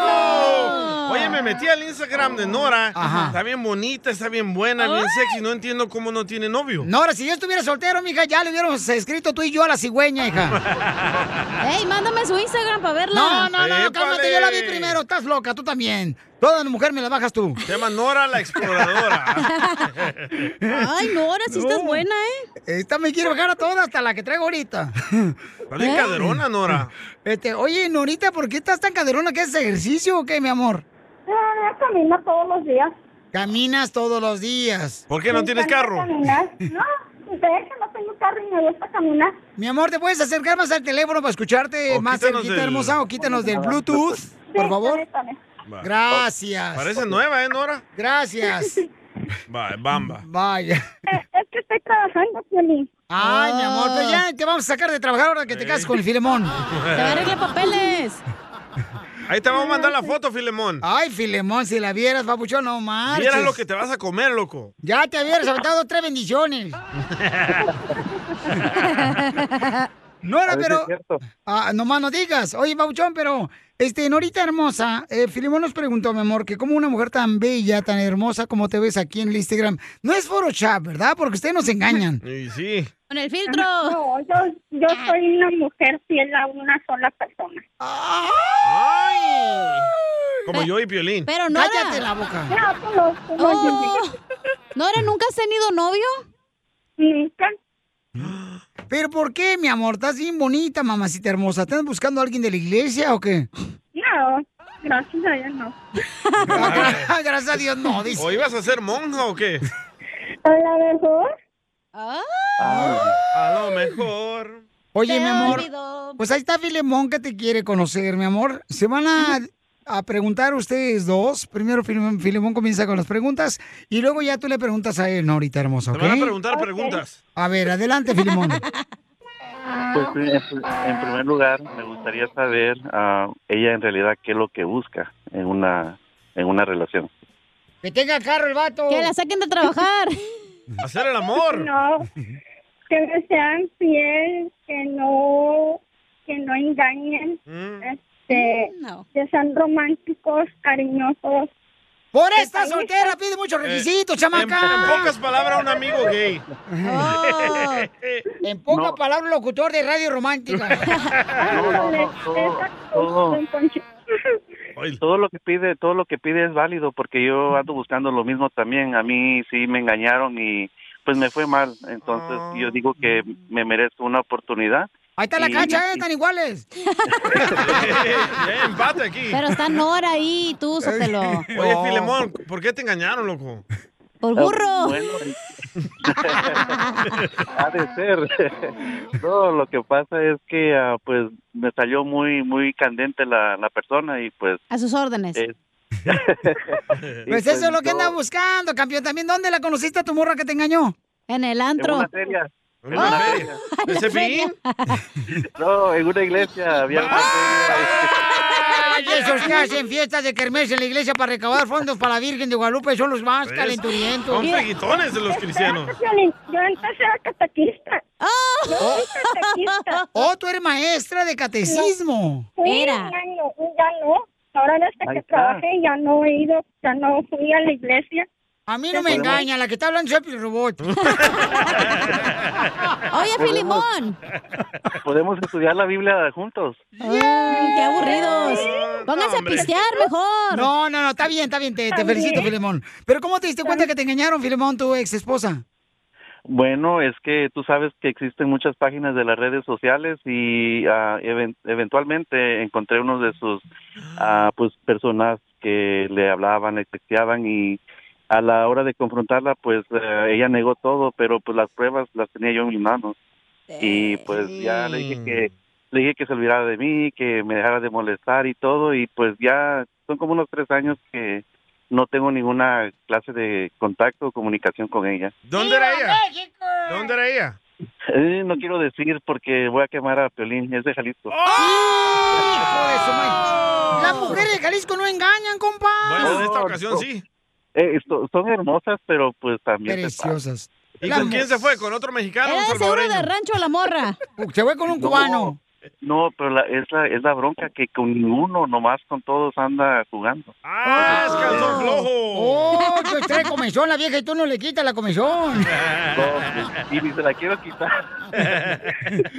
asno! Oye, me metí al Instagram de Nora. Está bien bonita, está bien buena, bien sexy. No entiendo cómo no tiene novio.
Nora, si yo estuviera soltero, mija, ya le hubiéramos escrito tú y yo a la cigüeña, hija.
Ey, mándame su Instagram para verla.
No, no, no, cálmate, yo la vi primero, estás loca, tú también. Toda mujer me la bajas tú.
Se llama Nora la exploradora.
Ay, Nora, sí estás buena, ¿eh?
Esta me quiere bajar a todas, hasta la que traigo ahorita. Eh.
Está bien caderona, Nora.
Este, oye, Norita, ¿por qué estás tan caderona que haces ejercicio o qué, mi amor?
camino Eh, todos los días.
Caminas todos los días.
¿Por qué no
Me
tienes
encanta
carro?
caminar. No, de hecho no tengo carro y me gusta caminar.
Mi amor, ¿te puedes acercar más al teléfono para escucharte más
quítanos
cerquita,
del-
hermosa? O quítanos del Bluetooth, por favor. Gracias.
Parece nueva, ¿eh, Nora?
Gracias.
Va, bamba.
Vaya.
Eh, Es que estoy trabajando, Piolín.
Ay, mi amor, pero ya te vamos a sacar de trabajar ahora que te casas con el Filemón.
Te va a arreglar papeles.
Ahí te vamos a mandar la foto, Filemón.
Ay, Filemón, si la vieras, papuchón, no más.
Mira lo que te vas a comer, loco.
Ya te habías aventado tres bendiciones. No
A
era,
veces
pero.
es cierto.
Ah, nomás no digas. Oye, Papuchón, pero. Este, Norita hermosa, eh, Filimón nos preguntó, mi amor, que como una mujer tan bella, tan hermosa como te ves aquí en el Instagram, no es Photoshop, ¿verdad? Porque ustedes nos engañan.
Y sí.
Con el filtro. Ah.
No, yo, yo soy una mujer fiel a una sola persona.
¡Ay! Como yo y Piolín. Ah,
Pero Nora.
Cállate
la boca.
no.
Nora, ¿nunca has tenido novio?
Nunca.
¿Pero por qué, mi amor? Estás bien bonita, mamacita hermosa. ¿Estás buscando a alguien de la iglesia o qué?
No, gracias a Dios no.
Ah, Gracias a Dios, no, dice.
eh. ¿O ibas a ser monja o qué?
A lo mejor.
Ah.
A lo mejor.
Oye,
Te
mi amor.
olvidó.
Pues ahí está Filemón que te quiere conocer, mi amor. Se van a, a preguntar ustedes dos. Primero Filemón, Filemón comienza con las preguntas y luego ya tú le preguntas a él, Norita hermosa,
Te
¿ok?
van a preguntar preguntas.
A ver, adelante, Filemón. Ah,
Pues en, en primer lugar, me gustaría saber ah, ella en realidad qué es lo que busca en una en una relación.
que tenga carro el vato.
Que la saquen de trabajar.
Hacer el amor.
No, que me sean fiel, que no, que no engañen,
Mm.
este, que sean románticos, cariñosos.
Por esta soltera pide muchos requisitos, chamaca.
Eh, En, en pocas palabras, un amigo gay.
Oh. En pocas palabras, locutor de radio romántica.
Todo, todo lo que pide, todo lo que pide es válido porque yo ando buscando lo mismo también. A mí sí me engañaron y pues me fue mal. Entonces
Ah.
yo digo que me merezco una oportunidad.
Ahí está la
Y-
cancha, ¿eh? Están iguales.
empate aquí.
Pero está Nora ahí, tú, sótelo.
Oye, Filemón, ¿por qué te engañaron, loco?
Por burro.
Ah, Bueno, ha de ser. No, lo que pasa es que ah, pues me salió muy muy candente la, la persona y pues
A sus órdenes.
es- y,
Pues eso es lo que
no,
anda buscando, campeón. También, ¿dónde la conociste a tu morra que te engañó? Ah.
En el
En una feria. Ah, En una feria. No, en una iglesia había una Ah.
Ay, esos que hacen fiestas de kermés en la iglesia para recaudar fondos para la Virgen de Guadalupe son los más
¿Ves?
calenturientos.
Son peguitones de los cristianos.
Yo antes era catequista.
¡Oh!
Yo soy catequista.
Oh, tú eres maestra de catecismo.
Fui
Era.
un año, y ya no. Ahora desde
Ahí
que
está.
trabajé ya no he ido, ya no fui a la iglesia.
A mí no me
Podemos-
engaña, la que está hablando es el robot.
Oye, Filimón.
Podemos estudiar la Biblia juntos.
Ay, ¡Qué aburridos! Pónganse a pistear mejor.
No, no, no, está bien, está bien, te, te
También.
felicito, Filemón. Pero ¿cómo te diste cuenta que te engañaron, Filemón, tu ex esposa?
Bueno, es que tú sabes que existen muchas páginas de las redes sociales y ah, even- eventualmente encontré unos de sus ah, pues personas que le hablaban, le texteaban y a la hora de confrontarla pues eh, ella negó todo, pero pues las pruebas las tenía yo en mis manos y pues ya le dije que le dije que se olvidara de mí, que me dejara de molestar y todo y pues ya son como unos tres años que no tengo ninguna clase de contacto o comunicación con ella.
¿Dónde era ella? ¿Dónde era ella?
Eh, no quiero decir porque voy a quemar a Piolín, es de
Oh.
Jalisco.
Oh, Hijo de su
Oh.
madre. Las mujeres de Jalisco no engañan, compa.
Bueno, en esta ocasión sí.
Eh, esto- son hermosas, pero pues también...
Preciosas.
¿Y con quién se fue? ¿Con otro mexicano?
Era de seguro de rancho la morra.
Se fue con un
cubano. No, pero la, es, la, es la bronca que con ninguno, nomás con todos anda jugando.
¡Ah, es calzón flojo!
Oh, que usted comenzó la vieja y tú no le quitas la comisión.
No, y ni se la quiero quitar.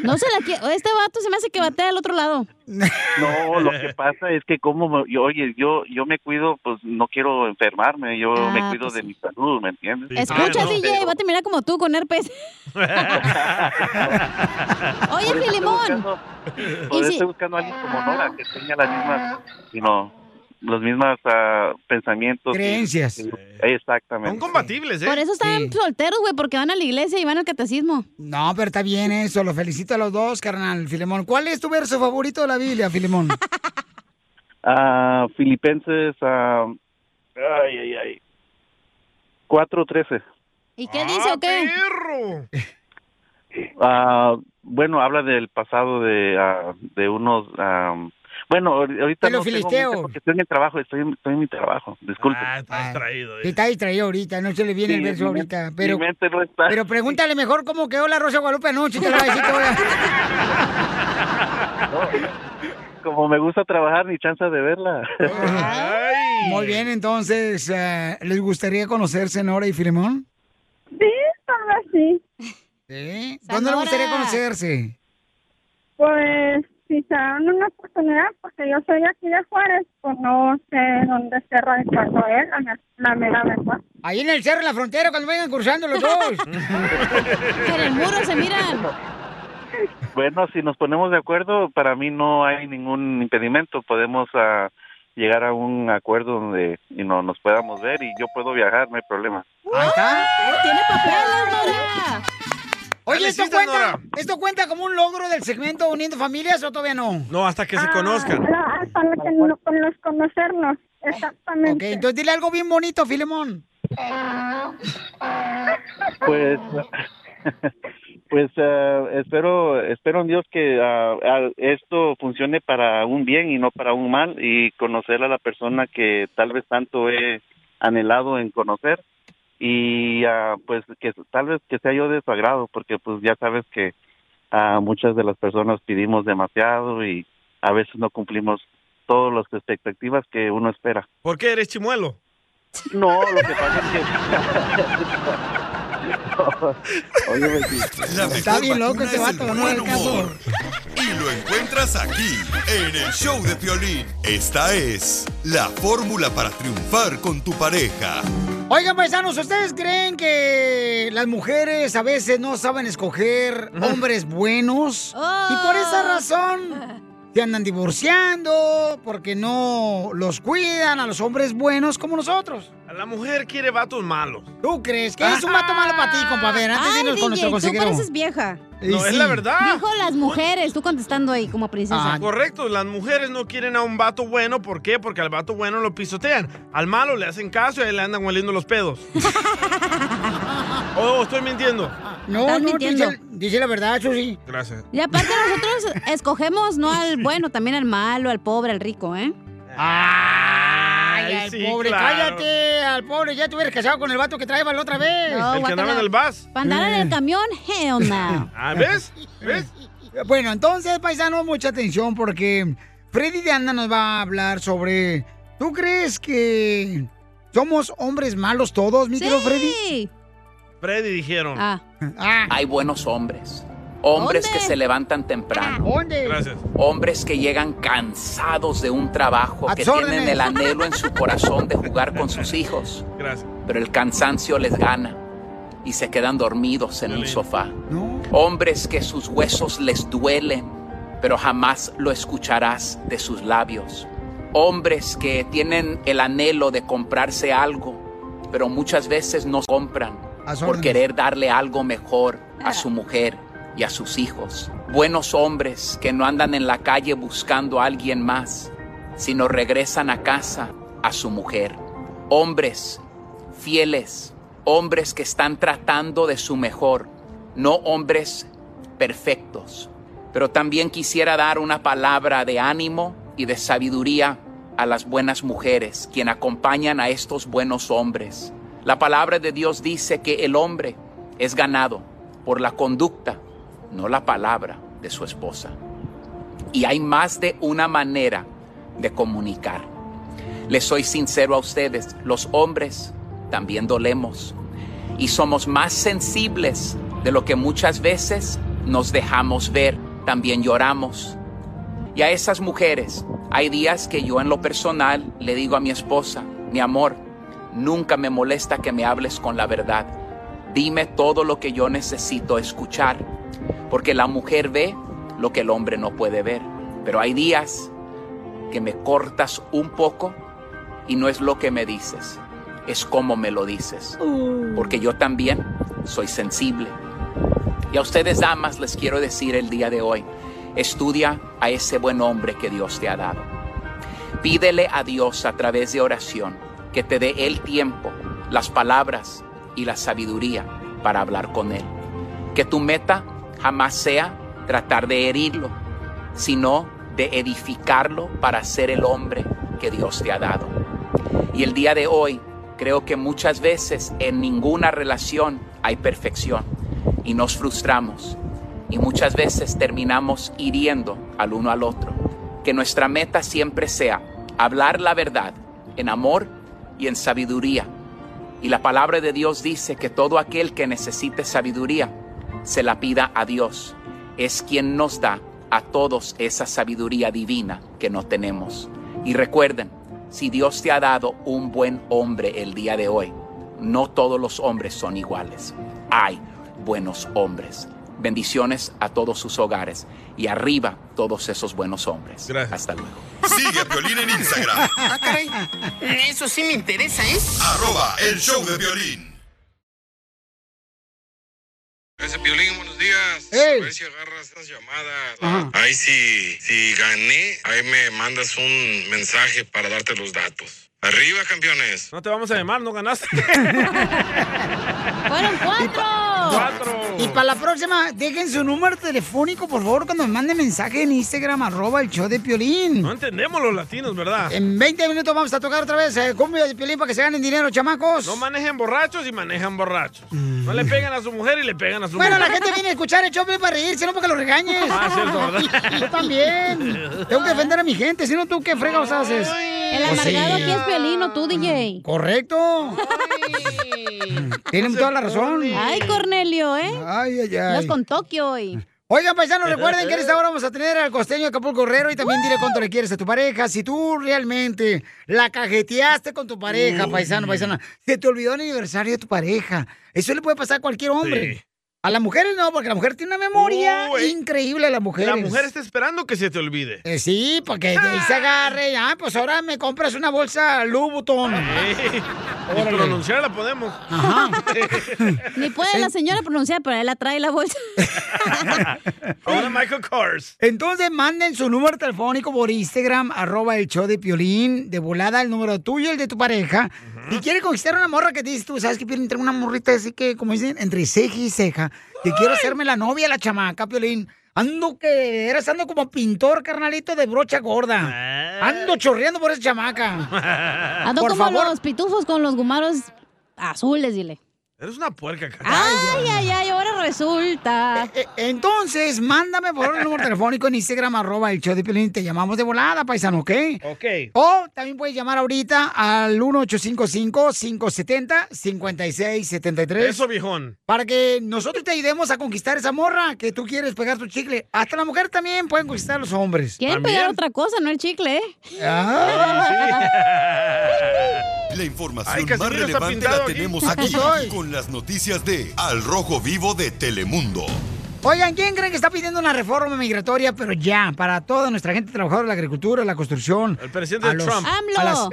No se la quiero. Este vato se me hace que batea al otro lado.
No, lo que pasa es que como, me- yo, oye, yo, yo me cuido, pues no quiero enfermarme, yo
Ah,
me cuido
pues
de mi salud, ¿me entiendes?
Escucha, DJ, va a terminar como tú con herpes. Oye,
Por eso
Filimón.
Por
Y
eso
si-
estoy buscando a alguien como Nora, que tenga las mismas, sino los mismos ah, pensamientos. y-
Creencias.
exactamente.
Son compatibles, ¿eh?
Por eso están solteros, güey, porque van a la iglesia y van al catecismo.
No, pero está bien eso. Los felicito a los dos, carnal, Filemón. ¿Cuál es tu verso favorito de la Biblia, Filemón?
Ah, Filipenses ah, ay, ay, ay, 4.13.
¿Y qué dice o qué?
Ah, bueno, habla del pasado de, ah, de unos... am, bueno, ahor- ahorita
Te lo
no tengo
filisteo. Ah.
mucho porque estoy en mi trabajo, estoy en, estoy en mi trabajo, disculpe.
Ah,
Sí, está distraído ahorita, no se le viene
Sí,
el verso
mi men-
ahorita.
mi
Pero,
mente no está.
pero pregúntale mejor cómo quedó la Rosa de Guadalupe anoche, te lo va a decir toda.
Como me gusta trabajar, ni chance de verla.
Ah. Muy bien, entonces, eh, ¿les gustaría conocerse Nora y Filemón?
Sí, algo así.
¿Sí? ¿Dónde les gustaría conocerse?
Pues si se dan una oportunidad, porque yo soy de aquí de Juárez, pues no sé dónde se radicando él, la, mer- la mera verdad.
Ahí en el cerro de la frontera, cuando vayan cruzando los dos. en
el muro se miran.
Bueno, si nos ponemos de acuerdo, para mí no hay ningún impedimento. Podemos ah, llegar a un acuerdo donde y no, nos podamos ver y yo puedo viajar, no hay problema.
Ahí está.
Tiene papeles, Nora.
Oye,
Dale
¿esto
cita,
cuenta,
Nora.
¿esto cuenta como un logro del segmento Uniendo Familias o todavía no?
No, hasta que se conozcan.
No, hasta lo que no- con los conocernos, exactamente.
Ok, entonces dile algo bien bonito, Filemón.
Pues, pues ah, espero, espero en Dios que ah, ah, esto funcione para un bien y no para un mal y conocer a la persona que tal vez tanto he anhelado en conocer y ah, pues que tal vez que sea yo de su agrado porque pues ya sabes que a muchas de las personas pedimos demasiado y a veces no cumplimos todas las expectativas que uno espera.
¿Por qué eres chimuelo?
No, lo que pasa es que... Oye,
pues, Está bien loco este vato, no es
Y lo encuentras aquí, en el show de Piolín. Esta es la fórmula para triunfar con tu pareja.
Oigan, paisanos, ¿ustedes creen que las mujeres a veces no saben escoger hombres buenos? Y por esa razón se andan divorciando porque no los cuidan a los hombres buenos como nosotros.
La mujer quiere vatos malos.
¿Tú crees que es un vato malo para ti, compa? A ver, ¿eh? antes de
Ay,
irnos
DJ,
con nuestro
tú
consejero.
pareces vieja.
No, es la verdad.
Dijo las mujeres, tú contestando ahí como princesa.
Ah, correcto, las mujeres no quieren a un vato bueno, ¿por qué? Porque al vato bueno lo pisotean, al malo le hacen caso y ahí le andan hueliendo los pedos. oh, estoy mintiendo.
No,
Estás
no,
mintiendo.
dice, dice la verdad, eso sí.
Gracias.
Y aparte nosotros escogemos no al bueno, también al malo, al pobre, al rico, ¿eh?
Ay, al
sí,
pobre,
claro.
cállate, al pobre, ya te hubieras casado con el vato que traeba la otra vez.
No, El que andaba guácala. en el bus. Mm. Pa' andar en el camión, hell no.
Ah, ¿ves?
Bueno, entonces, paisano, mucha atención porque Freddy de Anda nos va a hablar sobre. ¿Tú crees que somos hombres malos todos, mi querido Freddy?
Freddy dijeron.
Hay buenos hombres. Hombres
Ah. ¿Dónde? Ah,
que se levantan temprano.
¿Dónde?
Hombres que llegan cansados de un trabajo,
A
que
tus órdenes.
tienen el anhelo en su corazón de jugar con sus hijos. Pero el cansancio les gana y se quedan dormidos en un sofá. Hombres que sus huesos les duelen, pero jamás lo escucharás de sus labios. Hombres que tienen el anhelo de comprarse algo, pero muchas veces no compran
A sus
por
órdenes.
querer darle algo mejor a su mujer y a sus hijos. Buenos hombres que no andan en la calle buscando a alguien más, sino regresan a casa a su mujer. Hombres fieles, hombres que están tratando de su mejor, no hombres perfectos. Pero también quisiera dar una palabra de ánimo y de sabiduría a las buenas mujeres, quien acompañan a estos buenos hombres. La palabra de Dios dice que el hombre es ganado por la conducta, no la palabra de su esposa. Y hay más de una manera de comunicar. Les soy sincero a ustedes, los hombres también dolemos y somos más sensibles de lo que muchas veces nos dejamos ver, también lloramos. Y a esas mujeres, hay días que yo en lo personal le digo a mi esposa, mi amor, nunca me molesta que me hables con la verdad. Dime todo lo que yo necesito escuchar, porque la mujer ve lo que el hombre no puede ver. Pero hay días que me cortas un poco y no es lo que me dices, es cómo me lo dices.
Uh.
Porque yo también soy sensible. Y a ustedes, damas, les quiero decir el día de hoy, estudia a ese buen hombre que Dios te ha dado. Pídele a Dios a través de oración que te dé el tiempo, las palabras y la sabiduría para hablar con Él. Que tu meta jamás sea tratar de herirlo, sino de edificarlo para ser el hombre que Dios te ha dado. Y el día de hoy creo que muchas veces en ninguna relación hay perfección y nos frustramos y muchas veces terminamos hiriendo al uno al otro. Que nuestra meta siempre sea hablar la verdad en amor y en sabiduría. Y la palabra de Dios dice que todo aquel que necesite sabiduría se la pida a Dios. Es quien nos da a todos esa sabiduría divina que no tenemos. Y recuerden, si Dios te ha dado un buen hombre el día de hoy, no todos los hombres son iguales. Hay buenos hombres. Bendiciones a todos sus hogares y arriba todos esos buenos hombres. Hasta luego.
Sigue a Piolín en Instagram.
Ah, caray. Eso sí me interesa, ¿eh?
Arroba el show de Piolín.
Ese Piolín, buenos días. A ver si agarras estas llamadas. Ajá. Ahí si, si gané, ahí me mandas un mensaje para darte los datos. Arriba, campeones.
No te vamos a llamar, no ganaste.
¡Fueron cuatro! Y para la próxima, dejen su número telefónico, por favor, cuando me manden mensaje en Instagram, arroba el show de Piolín.
No entendemos los latinos, ¿verdad?
En 20 minutos vamos a tocar otra vez eh, cumbia de Piolín para que se ganen dinero, chamacos.
No manejen borrachos y manejan borrachos. No le pegan a su mujer y le pegan a su
Mm. Bueno, la
mujer.
gente viene a escuchar el show Piolín para reírse, no porque lo regañes.
Ah, cierto, ¿verdad?
Yo también. Tengo que defender a mi gente, si no tú, ¿qué fregados haces?
El
Pues sí.
amargado aquí es Piolín, no tú, DJ.
Correcto. Tienen toda la razón.
Ay, Cornelio, ¿eh?
Ay, ay,
Los
ay.
con Tokio hoy.
Oigan, paisanos,
Eh,
recuerden que en esta hora vamos a tener al costeño de Acapulco Guerrero y también dile cuánto le quieres a tu pareja. Si tú realmente la cajeteaste con tu pareja,
Uy.
paisano, paisana, se te olvidó el aniversario de tu pareja. Eso le puede pasar a cualquier hombre.
Sí.
A las mujeres no, porque la mujer tiene una memoria increíble, las mujeres.
La mujer está esperando que se te olvide.
Eh, sí, porque de ahí se agarre. Ah, pues ahora me compras una bolsa Louboutin.
Ni pronunciarla podemos.
Ni puede la señora pronunciar, pero él la trae la bolsa.
Ahora Michael Kors.
Entonces manden su número telefónico por Instagram, arroba el show de Piolín, de volada el número tuyo y el de tu pareja. Si quieres conquistar una morra que dices tú, ¿sabes que Piolín? Tengo una morrita así que, como dicen, entre ceja y ceja, que quiero hacerme la novia, la chamaca, Piolín. Ando que eres, ando como pintor, carnalito, de brocha gorda. Ando chorreando por esa chamaca.
Ando
por
como
favor.
los pitufos con los gumaros azules, dile.
Eres una puerca,
Ah,
cara.
Ay, ay, ay, ahora resulta.
E, Entonces, mándame por favor el número telefónico en Instagram, arroba el show de Piolín. Te llamamos de volada, paisano, ¿ok?
Ok.
O también puedes llamar ahorita al 1855-570-5673.
Eso, viejón.
Para que nosotros te ayudemos a conquistar esa morra que tú quieres pegar tu chicle. Hasta la mujer también pueden conquistar a los hombres.
Quieren pegar otra cosa, no el chicle, ¿eh?
La información
Ay, Casimiro
más
está
relevante
pintado
la
aquí.
tenemos
Aquí
aquí
estoy.
con las noticias de Al Rojo Vivo de Telemundo.
Oigan, ¿quién creen que está pidiendo una reforma migratoria? Pero ya, para toda nuestra gente trabajadora de la agricultura, la construcción. El
presidente Trump.
A las,
AMLO.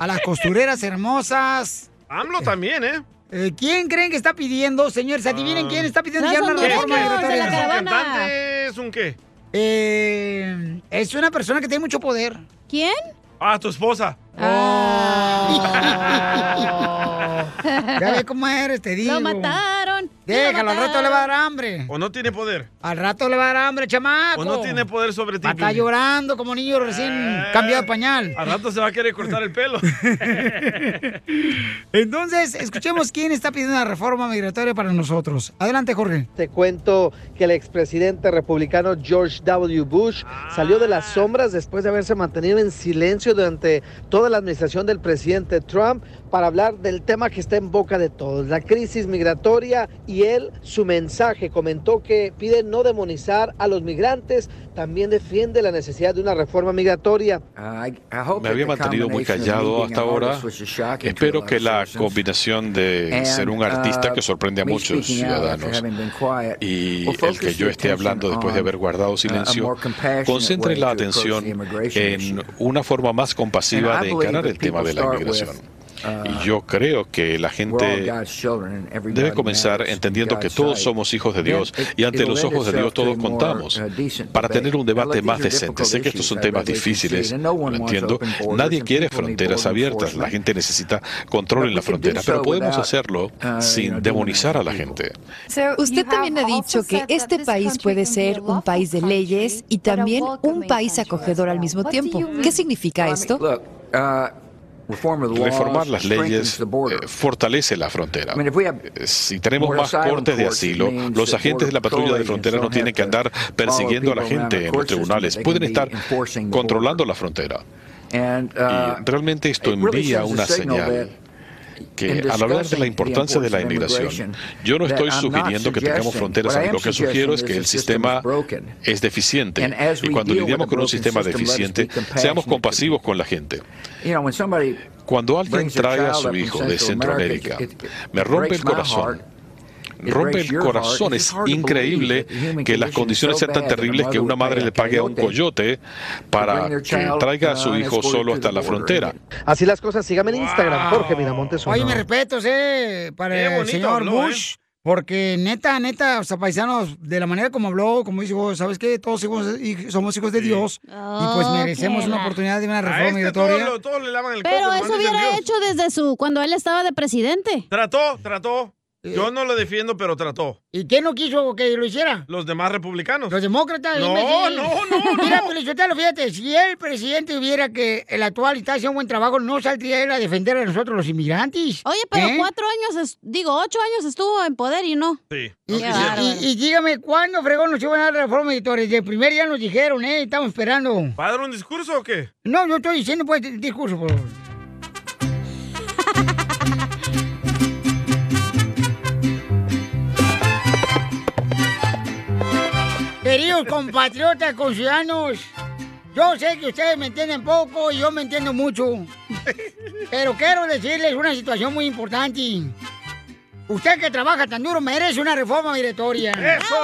a las costureras hermosas.
AMLO también, ¿eh? Ah.
Eh, ¿Quién creen que está pidiendo, señores? Adivinen quién está pidiendo ya una reforma migratoria.
¿Es un cantante? ¿Es un qué?
Eh, es una persona que tiene mucho poder.
¿Quién? Ah.
Ah, tu esposa.
Oh. ya ve cómo eres, te digo.
Lo mataron.
Déjalo,
Lo
al rato
mataron.
le va a dar hambre.
¿O no tiene poder?
Al rato le va a dar hambre, chamaco.
¿O Pues no tiene poder sobre ti?
Va a estar
Piolín?
llorando como niño recién cambiado de pañal.
Eh, Al rato se va a querer cortar el pelo.
Entonces, escuchemos quién está pidiendo una reforma migratoria para nosotros. Adelante, Jorge.
Te cuento que el expresidente republicano George W. Bush salió de las sombras después de haberse mantenido en silencio durante toda la administración del presidente Trump para hablar del tema que está en boca de todos, la crisis migratoria y él, su mensaje, comentó que pide no demonizar a los migrantes, también defiende la necesidad de una reforma migratoria.
Me había mantenido muy callado hasta ahora. Espero que la combinación de ser un
Ah,
artista que sorprende a muchos ciudadanos y el que yo esté hablando después de haber
uh,
guardado silencio concentre la atención en una forma más compasiva de encarar el tema de la inmigración. Y yo creo que la gente debe comenzar entendiendo que todos somos hijos de Dios y ante los ojos de Dios todos contamos para tener un debate más decente. Sé que estos son temas difíciles, lo entiendo. Nadie quiere fronteras abiertas, la gente necesita control en la frontera, pero podemos hacerlo sin demonizar a la gente.
Usted también ha dicho que este país puede ser un país de leyes y también un país acogedor al mismo tiempo. ¿Qué significa esto?
uh,
Reformar las leyes eh, fortalece la frontera. Si tenemos más cortes de asilo, los agentes de la patrulla de frontera no tienen que andar persiguiendo a la gente en los tribunales, pueden estar controlando la frontera. Y realmente esto envía una señal que al hablar de la importancia de la inmigración, yo no estoy sugiriendo que tengamos fronteras, lo que sugiero es que el sistema es deficiente y cuando lidiamos con un sistema deficiente, seamos compasivos con la gente. Cuando alguien trae a su hijo de Centroamérica, me rompe el corazón rompe el corazón. Es increíble que las condiciones sean tan terribles que una madre le pague a un coyote para que traiga a su hijo solo hasta la frontera.
Así las cosas, síganme en Instagram, Jorge Miramontes. uno.
Oye, mis respetos, eh, para
Qué
el
bonito
señor
habló,
¿eh?
Bush. Porque neta, neta, o sea, paisanos, de la manera como habló, como dice vos, ¿sabes qué? Todos hijos- hij- somos hijos de Dios y pues
Oh,
merecemos
qué
una
la-
oportunidad de una
A
reforma
este todo,
migratoria.
lo- todo le lavan el coco.
Pero
nomás
eso
dicen
hubiera
Dios.
hecho desde su cuando él estaba de presidente.
Trató, trató. Yo no lo defiendo, pero trató.
¿Y qué no quiso que lo hiciera?
Los demás republicanos.
Los demócratas.
No,
imbécil.
no, no,
Mira, Pelizotelo, fíjate, si el presidente hubiera que el actual está haciendo un buen trabajo, no saldría él a defender a nosotros los inmigrantes.
Oye, pero
¿Eh?
cuatro años, es- digo, ocho años estuvo en poder y no.
Sí.
Y,
no
y-
quisiera.
y- y dígame, ¿cuándo, fregón, nos iban a dar la reforma, editores? De primer ya nos dijeron, ¿eh? Estamos esperando.
¿Va a dar un discurso o qué?
No, yo estoy diciendo, pues, el discurso, por favor. Queridos compatriotas, conciudadanos, yo sé que ustedes me entienden poco y yo me entiendo mucho. Pero quiero decirles una situación muy importante. Usted que trabaja tan duro merece una reforma migratoria.
¡Eso!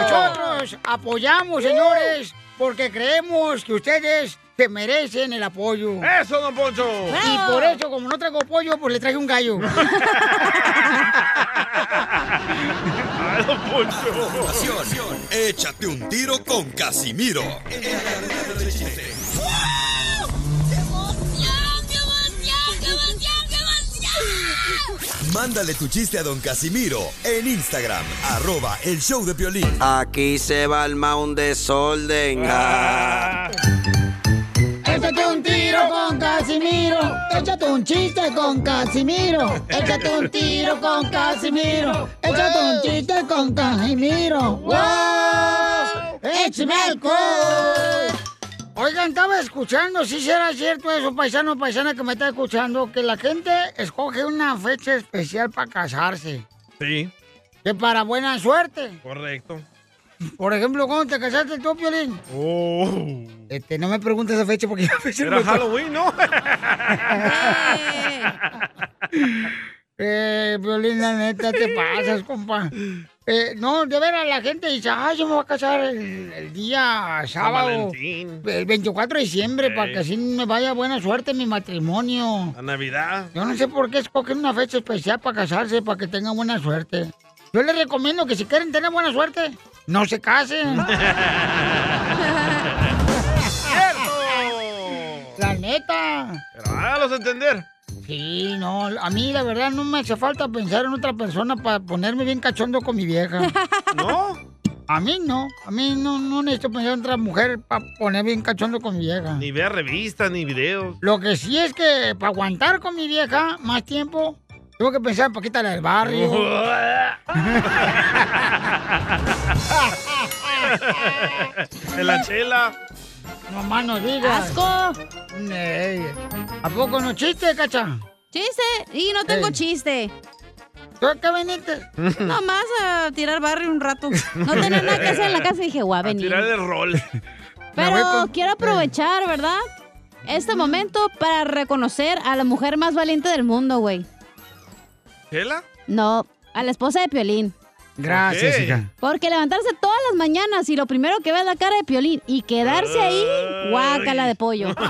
Nosotros apoyamos, señores, porque creemos que ustedes se merecen el apoyo.
¡Eso, don Poncho!
Y por eso, como no traigo pollo, pues le traje un gallo.
Ah,
Continuación, Échate un tiro con Casimiro. Mándale tu chiste a don Casimiro en Instagram, arroba el show de violín.
Aquí se va el mound desorden.
Ah.
Échate un tiro con Casimiro. Échate un chiste con Casimiro. Échate un tiro con Casimiro. Échate un chiste con Casimiro. ¡Wow! ¡Échame alcohol! Oigan, estaba escuchando, si será cierto eso, paisano paisana que me está escuchando, que la gente escoge una fecha especial para casarse.
Sí,
Que para buena suerte.
correcto.
Por ejemplo, ¿cuándo te casaste tú, Piolín? Este, no me preguntes esa fecha porque ya me
Oh. Era Halloween, ¿no?
Eh, Violín, la neta, te pasas, compa. Eh, no, de veras, la gente dice, ay, yo me voy a casar el, el día sábado,
Valentín.
el 24 de diciembre,
Ey.
para que así me vaya buena suerte en mi matrimonio.
A Navidad.
Yo no sé por qué escogen una fecha especial para casarse, para que tengan buena suerte. Yo les recomiendo que si quieren tener buena suerte, no se casen. La neta.
Pero hágalos entender.
Sí, no, a mí la verdad no me hace falta pensar en otra persona para ponerme bien cachondo con mi vieja.
¿No?
A mí no, a mí no, no necesito pensar en otra mujer para ponerme bien cachondo con mi vieja.
Ni vea revistas, ni videos.
Lo que sí es que para aguantar con mi vieja más tiempo, tengo que pensar en Paquita la del barrio.
En la chela.
No más no digas.
¡Asco!
Ey, ¿A poco no chiste, cacha?
Chiste, y no tengo
Ey.
chiste.
¿Tú a qué viniste?
Nomás a tirar barrio un rato. No tenía nada que hacer en la casa y dije, guau, venir.
Tirar el rol.
Pero quiero aprovechar, ¿verdad? Este momento para reconocer a la mujer más valiente del mundo, güey.
¿Chela?
No, a la esposa de Piolín.
Gracias, Ok. hija.
Porque levantarse todas las mañanas y lo primero que ve es la cara de Piolín y quedarse ahí, guácala de pollo.
¿Tú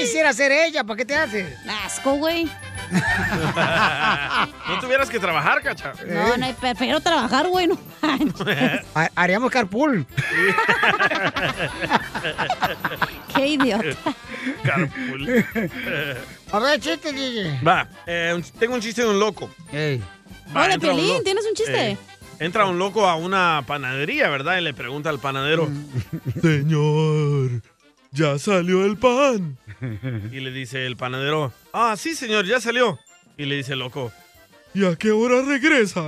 quisiera ser ella, ¿para qué te haces?
Asco, güey.
no tuvieras que trabajar, cacha.
No, no, prefiero trabajar, güey. No. manches.
Ha- Haríamos carpool.
Qué idiota.
Carpool.
A ver, chiste, DJ.
Va, eh, un- tengo un chiste de un loco. Va,
Hola,
entra un
Piolín,
lo-
¿tienes un chiste?
Eh, entra un loco a una panadería, ¿verdad? Y le pregunta al panadero.
Señor, ya salió el pan.
Mm.
Y le dice el panadero, ah, sí, señor, ya salió. Y le dice el loco,
¿Y a qué hora regresa?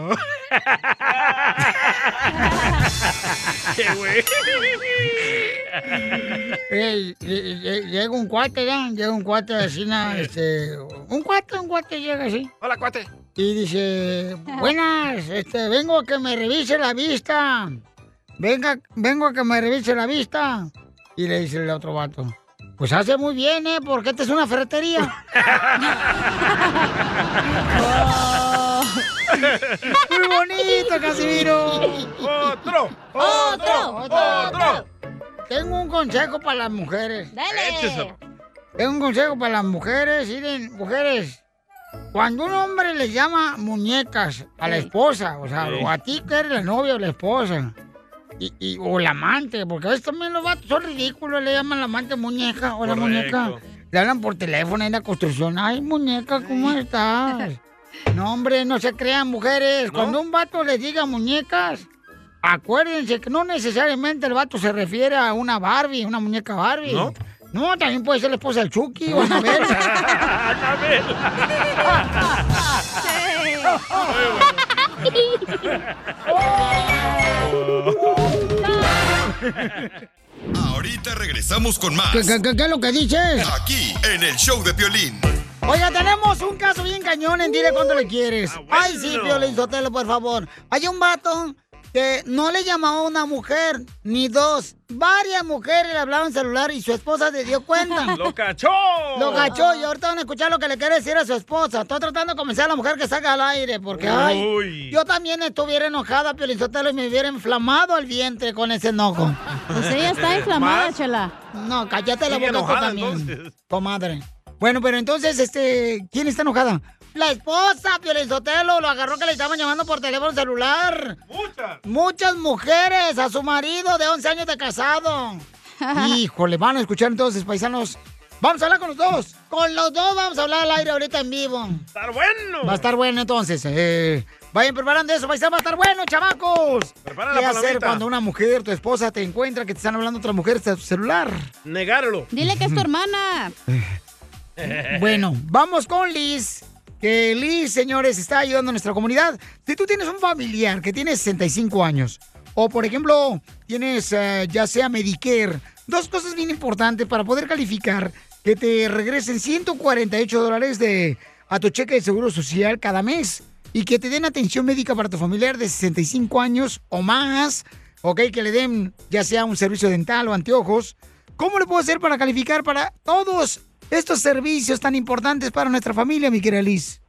qué güey.
Ey, y- y- y- llega un cuate, ¿ya? Llega un cuate así, na, este, un cuate, un cuate llega así.
Hola, cuate.
Y dice, buenas, este, vengo a que me revise la vista. Venga, vengo a que me revise la vista. Y le dice el otro vato, pues hace muy bien, ¿eh? Porque esta es una ferretería. Muy bonito, Casimiro.
Otro,
otro, otro. Tengo un consejo para las mujeres.
Este
Écheselo.
Tengo un consejo para las mujeres. Miren, mujeres, cuando un hombre le llama muñecas a la
Sí.
esposa, o sea,
Sí.
o a ti que eres la novia o la esposa, y- y- o la amante, porque a veces también los vatos son ridículos, le llaman la amante muñeca o la muñeca. Le hablan por teléfono en la construcción. Ay, muñeca, ¿cómo estás? No, hombre, no se crean mujeres. Cuando un vato les diga muñecas, acuérdense que no necesariamente el vato se refiere a una Barbie, una muñeca Barbie.
¿No?
No, también puede ser la esposa del Chucky o Anabel.
Ahorita regresamos con más.
¿Qué, qué- qué- qué es lo que dices?
Aquí, en el show de Piolín.
Oiga, tenemos un caso bien cañón en Dile Cuánto Le Quieres. Ay, sí, Piolín Sotelo, por favor. Hay un vato que no le llamó a una mujer, ni dos. Varias mujeres le hablaban celular y su esposa se dio cuenta.
¡Lo cachó!
Lo cachó y ahorita van a escuchar lo que le quiere decir a su esposa. Está tratando de convencer a la mujer que salga al aire porque, ay,
Uy.
yo también estuviera enojada, Piolín Sotelo, y me hubiera inflamado el vientre con ese enojo.
Pues ella está inflamada, ¿Más?
chela. No, cállate la
Sigue
boca tú
enojada,
también.
entonces.
Comadre. Bueno, pero entonces, este, ¿quién está enojada? La esposa, Piolín Sotelo, lo agarró que le estaban llamando por teléfono celular. Muchas. Muchas mujeres a su marido de 11 años de casado. Híjole, van a escuchar entonces, paisanos. Vamos a hablar con los dos. Con los dos vamos a hablar al aire ahorita en vivo.
Estar bueno.
Va a estar bueno entonces. eh, vayan preparando eso, paisano. Va a estar bueno, chamacos.
Prepara
¿Qué
la
hacer
palomita.
cuando una mujer, tu esposa, te encuentra que te están hablando otras mujeres a tu celular?
Negarlo.
Dile que es tu hermana.
Bueno, vamos con Liz. Que Liz, señores, está ayudando a nuestra comunidad. Si tú tienes un familiar que tiene 65 años, o por ejemplo, tienes eh, ya sea Medicare, dos cosas bien importantes para poder calificar que te regresen 148 dólares de, a tu cheque de seguro social cada mes y que te den atención médica para tu familiar de 65 años o más, ok, que le den ya sea un servicio dental o anteojos. ¿Cómo le puedo hacer para calificar para todos estos servicios tan importantes para nuestra familia, mi querida Liz?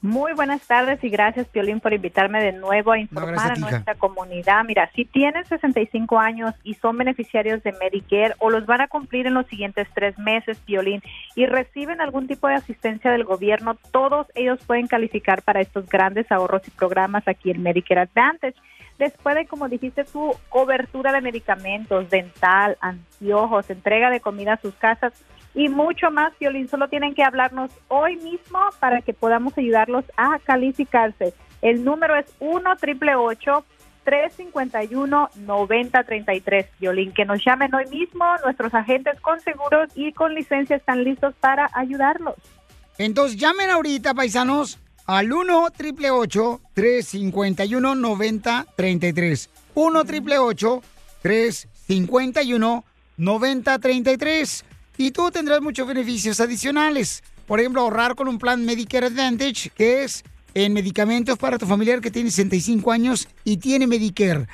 Muy buenas tardes y gracias, Piolín, por invitarme de nuevo a informar
gracias a ti,
a
hija.
nuestra comunidad. Mira, si tienen 65 años y son beneficiarios de Medicare o los van a cumplir en los siguientes tres meses, Piolín, y reciben algún tipo de asistencia del gobierno, todos ellos pueden calificar para estos grandes ahorros y programas aquí en Medicare Advantage. Después de, como dijiste tú, cobertura de medicamentos, dental, anteojos, entrega de comida a sus casas y mucho más, Violín. Solo tienen que hablarnos hoy mismo para que podamos ayudarlos a calificarse. El número es 1 351 9033 Violín, que nos llamen hoy mismo. Nuestros agentes con seguros y con licencia están listos para ayudarlos.
Entonces llamen ahorita, paisanos, al 1 888 351 9033 1 888 351 9033 Y tú tendrás muchos beneficios adicionales. Por ejemplo, ahorrar con un plan Medicare Advantage, que es en medicamentos para tu familiar que tiene 65 años y tiene Medicare.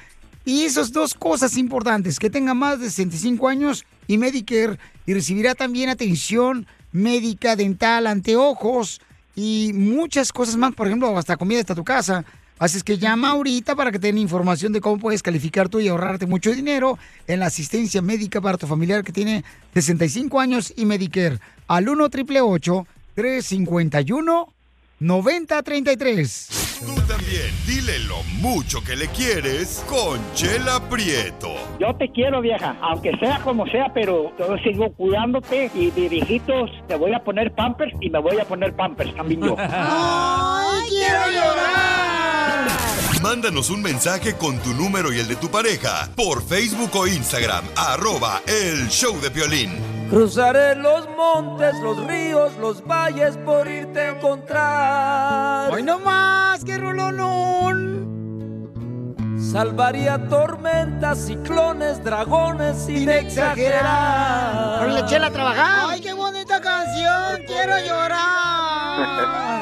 Y esas dos cosas importantes, que tenga más de 65 años y Medicare, y recibirá también atención médica, dental, anteojos y muchas cosas más, por ejemplo, hasta comida hasta tu casa. Así es que llama ahorita para que te den información de cómo puedes calificar tú y ahorrarte mucho dinero en la asistencia médica para tu familiar que tiene 65 años y Medicare. Al 1 351 9033
Tú también, dile lo mucho que le quieres con Chela Prieto.
Yo te quiero, vieja, aunque sea como sea, pero yo sigo cuidándote y de viejitos te voy a poner pampers y me voy a poner pampers también yo.
¡Ay,
quiero
llorar! Mándanos un mensaje con tu número y el de tu pareja por Facebook o Instagram, arroba el show de violín.
Cruzaré los montes, los ríos, los valles por irte a encontrar.
¡Hoy no más, qué rolonón!
Salvaría tormentas, ciclones, dragones sin, exagerar.
¡Por la chela a trabajar! ¡Ay, qué bonita canción! ¡Quiero llorar!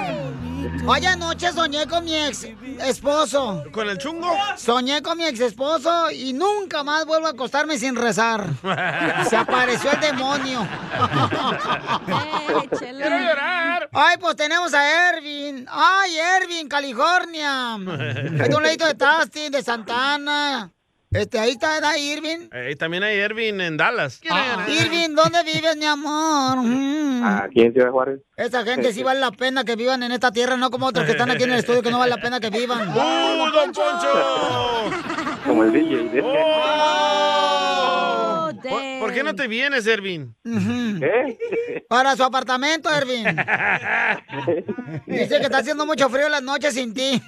Hoy anoche soñé con mi ex esposo.
¿Con el chungo?
Soñé con mi ex esposo y nunca más vuelvo a acostarme sin rezar. Se apareció el demonio.
¡Quiero llorar!
Ay, pues tenemos a Ervin. Ay, Ervin, California. Hay un leito de Tasty, de Santana. Este, ahí está, ¿verdad, Irving.
Eh, también hay Irving en Dallas.
Ah, Irving, ¿dónde vives, mi amor? Mm.
Aquí en Ciudad Juárez.
Esta gente sí vale la pena que vivan en esta tierra, no como otros que están aquí en el estudio que no vale la pena que vivan.
¡Uh, don Poncho!
Como el DJ.
¡Oh! ¿Por, por qué no te vienes, Irving?
¿Eh? Para su apartamento, Irving. Dice que está haciendo mucho frío las noches sin ti.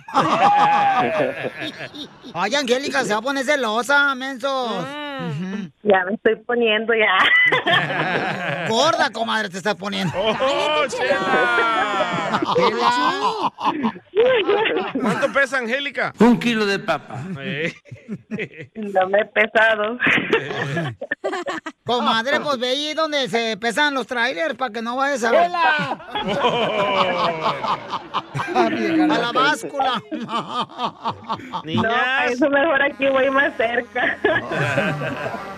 Ay, Angélica, se va a poner celosa, menso.
Mm. Ya me estoy poniendo ya.
Gorda, comadre, te estás poniendo.
¡Oh, chela! ¿Cuánto pesa, Angélica?
Un kilo de papa.
No me he pesado.
Comadre, pues ve ahí donde se pesan los trailers para que no vayas a ver. a la báscula.
No, eso mejor aquí voy más cerca.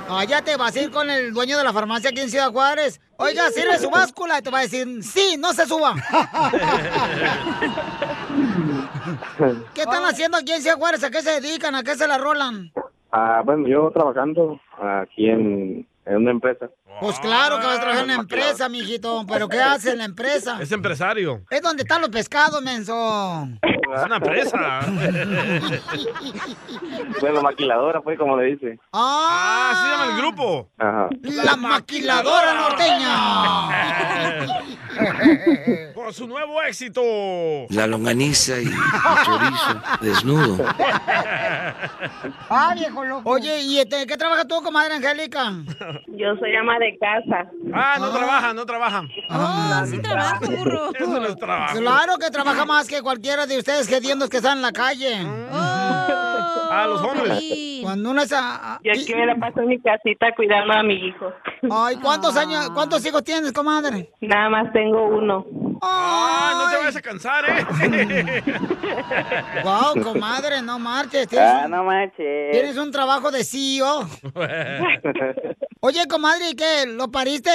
Allá te vas a ir con el dueño de la farmacia aquí en Ciudad Juárez. Oiga, sirve su báscula. Y te va a decir, sí, no se suba. ¿Qué están haciendo aquí en Ciudad Juárez? ¿A qué se dedican? ¿A qué se la rolan?
Ah, bueno, yo trabajando aquí en, en una empresa.
Pues claro que vas a trabajar en una empresa, mijito. ¿Pero qué hace en la empresa?
Es empresario.
Es donde están los pescados, menso.
Es una presa.
bueno, maquiladora, pues, como le dice.
Ah, se llama el grupo.
Ajá.
La maquiladora norteña.
Con su nuevo éxito.
La longaniza y el chorizo desnudo.
Ah, viejo loco. Oye, ¿y este, qué trabajas tú, comadre Angélica?
Yo soy ama de casa.
Ah, no trabaja, no trabaja.
Ah, sí trabaja, burro.
Eso no es trabajo.
Claro que trabaja más que cualquiera de ustedes que dientes que están en la calle.
Mm,
Oh,
Ah, los hombres.
sí.
Cuando uno es a- a-
Yo aquí me la paso en mi casita cuidando a mi hijo.
Ay, ¿cuántos años, cuántos hijos tienes, comadre?
Nada más tengo uno.
Ah, no te vayas a cansar, ¿eh?
Wow, comadre, no marches. Tienes,
Ah, no manches.
tienes un trabajo de E CEO. Oye, comadre, ¿y ¿qué? ¿Lo pariste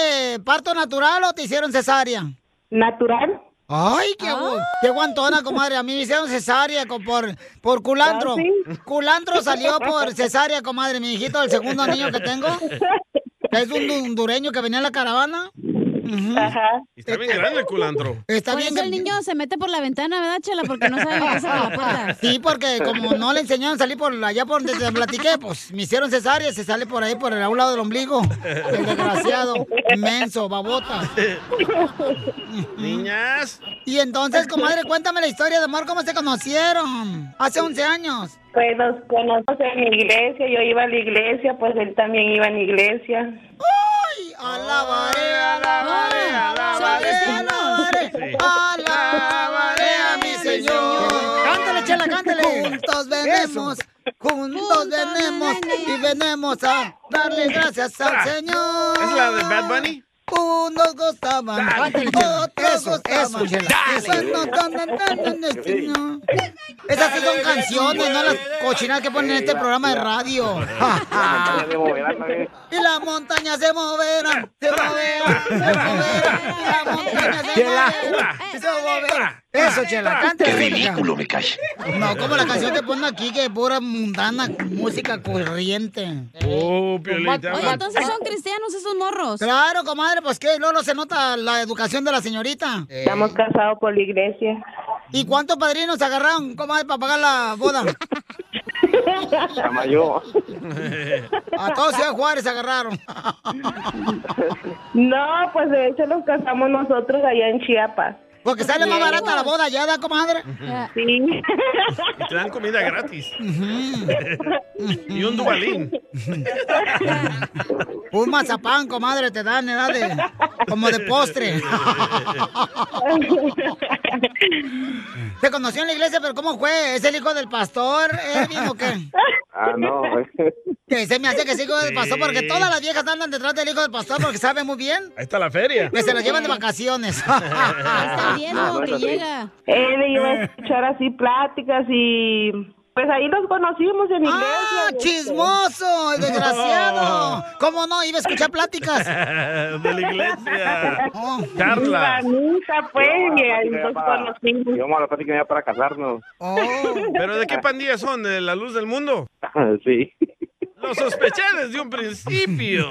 parto natural o te hicieron cesárea?
¿Natural? Ah.
Ay, qué, gu- qué guantona, comadre. A mí me hicieron cesárea co- por, por culantro.
¿Ah, sí?
Culantro salió por cesárea, comadre. Mi hijito, el segundo niño que tengo. que Es un du- hondureño que venía en la caravana. Ujú.
Ajá.
Y Está bien grande el culantro.
Está
Por
bien.
eso el niño se mete por la ventana, ¿verdad, Chela? Porque no sabe meterse por la puerta.
Sí, porque como no le enseñaron a salir por allá por donde te platiqué, pues me hicieron cesárea, se sale por ahí por el a un lado del ombligo. El desgraciado, inmenso, babota.
Niñas.
Y entonces, comadre, cuéntame la historia de amor, cómo se conocieron. Hace 11 años.
Pues nos conocemos en la iglesia, yo iba a la iglesia, pues él también iba a la iglesia.
¡Ay! Alabaré, alabaré, alabaré, alabaré, alabaré a mi Señor. Cántale, chela, cántale. Juntos venemos, juntos venemos y venemos a darle gracias al Señor.
Ah, ¿Es la de Bad Bunny?
Unos gozaban,
Dale, Chela.
otros
Eso, eso,
gozaban.
Chela.
Pues no tan, tan, tan, tan, el Señor. Esas sí son canciones, no las cochinas que ponen en este programa de radio.
Ya me moverá también.
Y la montaña se moverá, se moverá, se moverá. Y la montaña se moverá, se moverá. Eso, chela, canta.
Qué ridículo me cae.
No, como la canción que ponen aquí, que es pura mundana música corriente.
Oh, Piolita.
Oye, entonces son cristianos esos morros.
Claro, comadre, pues que Lolo se nota la educación de la señorita.
Estamos casados por la iglesia.
¿Y cuántos padrinos se agarraron, comadre, para pagar la boda?
Llama yo.
A todos Ciudad Juárez se agarraron.
No, pues de hecho nos casamos nosotros allá en Chiapas.
Porque sale más barata la boda ya, ¿da, comadre?
Sí.
Y te dan comida gratis. y un dubalín.
Un mazapán, comadre, te dan, edad de, como de postre. Se conoció en la iglesia, pero ¿cómo fue? ¿Es el hijo del pastor, Edwin, o qué?
Ah, no.
Que se me hace que es hijo del pastor, porque todas las viejas andan detrás del hijo del pastor porque sabe muy bien
Ahí está la feria.
que se lo llevan de vacaciones.
Está
Ah,
viendo que llega.
Él iba Eh, a escuchar así pláticas y pues ahí nos conocimos en iglesia.
¡Ah,
este.
chismoso! el ¡Desgraciado! ¿Cómo no? Iba a escuchar pláticas.
de la iglesia.
Oh.
Carla.
Manita, pues, y ahí nos
para,
conocimos.
íbamos a la plática ya para casarnos.
Oh.
¿Pero de qué pandilla son? ¿De la luz del mundo?
sí.
Lo sospeché desde un principio.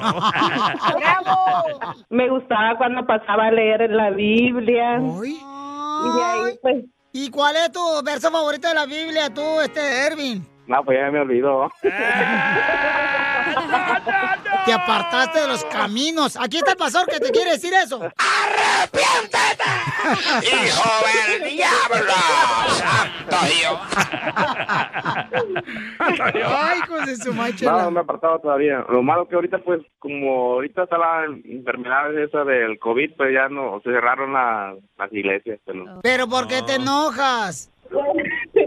Me gustaba cuando pasaba a leer en la Biblia. Y de ahí, pues,
¿Y cuál es tu verso favorito de la Biblia, tú, este, Erwin?
No, pues ya me olvidó.
Te apartaste de los caminos. Aquí está el pastor que te quiere decir eso.
¡Hijo del diablo! ¡Santo Dios!
Ay, con de su
No,
machela.
no me he apartado todavía. Lo malo que ahorita, pues, como ahorita está la enfermedad esa del COVID, pues ya no, se cerraron la- las iglesias. pues, Pero...
Pero ¿por qué te enojas?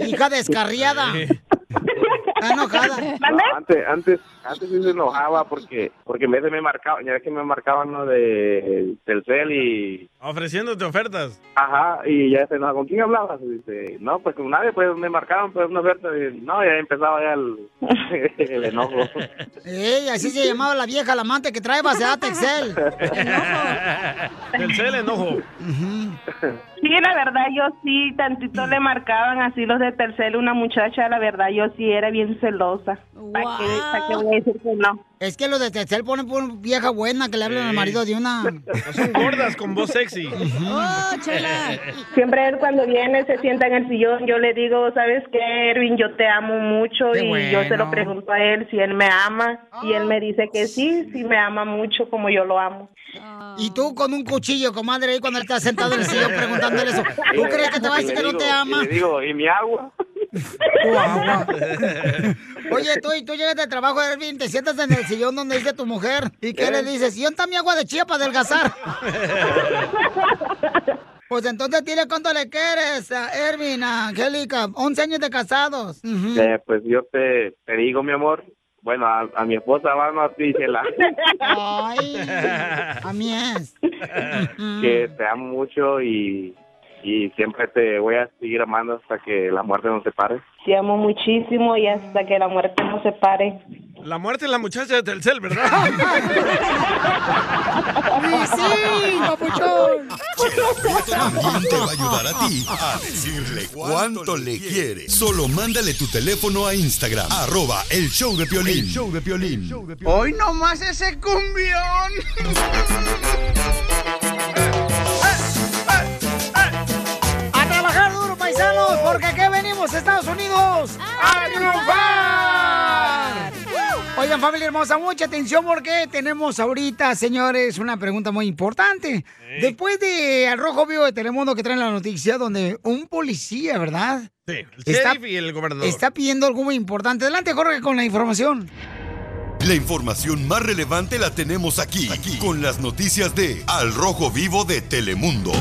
Hija descarriada. Está enojada.
No, antes, antes, antes sí se enojaba porque, porque en vez de me marcaban, ya que me marcaban ¿no? de Telcel y,
Ofreciéndote ofertas.
ajá, y ya se enojaba. ¿Con quién hablabas? Y dice, no, pues con nadie, pues me marcaron, pues una oferta. Y, no, ya empezaba ya el, el enojo.
Ey, así se llamaba la vieja, la amante que trae baseada Texel.
El cel enojo.
sí, la verdad, yo sí, tantito le marcaban así los de tercero una muchacha, la verdad, yo sí era bien celosa. ¿Para qué, pa' qué voy a decir que no?
Es que los de Texel ponen por una vieja buena que le hablan al marido de una.
No Pues son gordas con voz sexy.
Oh, chela.
Siempre él cuando viene se sienta en el sillón, yo le digo, ¿sabes qué, Erwin? Yo te amo mucho
Qué
y yo se
bueno.
lo pregunto a él si él me ama y él me dice que sí, sí me ama mucho como yo lo amo.
Y tú con un cuchillo, comadre, ahí cuando él está sentado en el sillón preguntándole eso.
Y
¿Tú
le-
crees que te va a
y
decir
le
que no
digo-
te ama?
Y le digo, ¿y mi agua?
Tu agua. Oye, tú y tú llegas de trabajo, Ervin, te sientas en el sillón donde dice tu mujer. ¿Y qué
¿Eh?
le dices? ¿Y dónde está mi agua de chía para adelgazar? Pues entonces dile cuánto le quieres a Ervin, a Angélica. 11 años de casados. Ujú.
Eh, pues yo te, te digo, mi amor. Bueno, a, a mi esposa, vamos a ti, Chela,
Ay, a mí es. Mm.
que te amo mucho y, y siempre te voy a seguir amando hasta que la muerte nos separe.
Te amo muchísimo y hasta que la muerte nos separe.
La muerte es la muchacha de Telcel, ¿verdad?
¡Y sí, papuchón!
También te va a ayudar a ti a decirle cuánto le quiere. Solo mándale tu teléfono a Instagram, arroba el show de Piolín. show de Piolín.
Hoy nomás ese cumbión.
¡A trabajar duro, paisanos! Porque aquí venimos, Estados Unidos, a triunfar. Oigan, familia hermosa, mucha atención porque tenemos ahorita, señores, una pregunta muy importante. Después de Al Rojo Vivo de Telemundo que traen la noticia donde un policía, ¿verdad?
Sí, el
Está-
sheriff y el gobernador.
Está pidiendo algo muy importante. Adelante, Jorge, con la información.
La información más relevante la tenemos aquí, aquí, con las noticias de Al Rojo Vivo de Telemundo.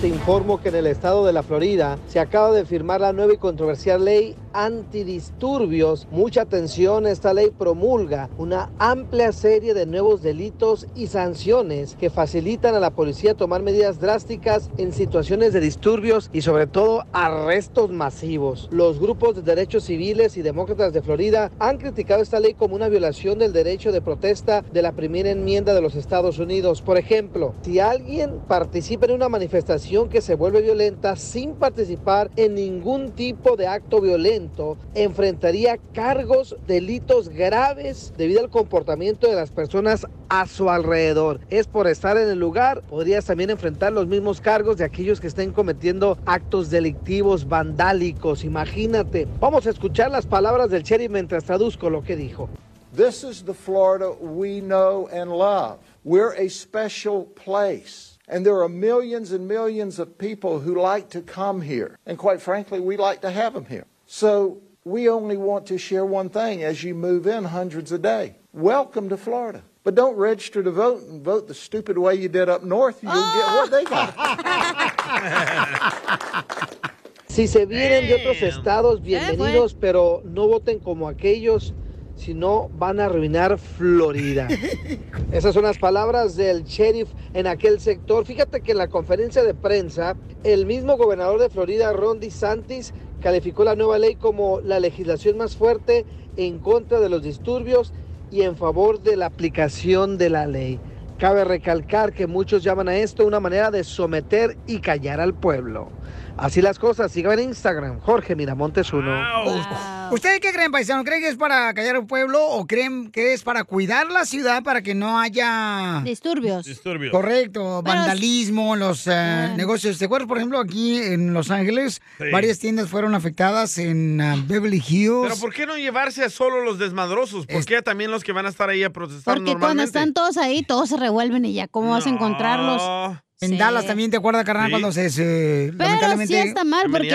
Te informo que en el estado de la Florida se acaba de firmar la nueva y controversial ley antidisturbios. Mucha atención, esta ley promulga una amplia serie de nuevos delitos y sanciones que facilitan a la policía tomar medidas drásticas en situaciones de disturbios y sobre todo arrestos masivos. Los grupos de derechos civiles y demócratas de Florida han criticado esta ley como una violación del derecho de protesta de la primera enmienda de los Estados Unidos. Por ejemplo, si alguien participa en una manifestación relación que se vuelve violenta sin participar en ningún tipo de acto violento enfrentaría cargos, delitos graves debido al comportamiento de las personas a su alrededor. Es por estar en el lugar, podrías también enfrentar los mismos cargos de aquellos que estén cometiendo actos delictivos, vandálicos. Imagínate. Vamos a escuchar las palabras del sheriff mientras traduzco lo que dijo.
This is the Florida we know and love. We're a special place. And there are millions and millions of people who like to come here. And quite frankly, we like to have them here. So we only want to share one thing as you move in hundreds a day. Welcome to Florida. But don't register to vote and vote the stupid way you did up north. You'll get what they got.
Si se vienen de otros estados, bienvenidos, pero no voten como aquellos si no van a arruinar Florida. Esas son las palabras del sheriff en aquel sector. Fíjate que en la conferencia de prensa, el mismo gobernador de Florida, Ron DeSantis, calificó la nueva ley como la legislación más fuerte en contra de los disturbios y en favor de la aplicación de la ley. Cabe recalcar que muchos llaman a esto una manera de someter y callar al pueblo. Así las cosas, síganme en Instagram, Jorge Miramontes 1.
¿Ustedes qué creen, paisano? ¿Creen que es para callar a un pueblo o creen que es para cuidar la ciudad para que no haya...
Disturbios.
Disturbios.
Correcto, vandalismo, los eh, negocios. ¿Te acuerdas, por ejemplo, aquí en Los Ángeles?
Sí.
Varias tiendas fueron afectadas en ah, Beverly Hills.
Pero ¿por qué no llevarse a solo los desmadrosos? ¿Por qué también los que van a estar ahí a protestar
Porque cuando
normalmente?
están todos ahí, todos se revuelven y ya, ¿cómo vas a encontrarlos?
En
Sí.
Dallas también, ¿te acuerdas, carnal,
Sí.
cuando se...
Pero
se-
sí
lamentablemente...
está mal porque... eh,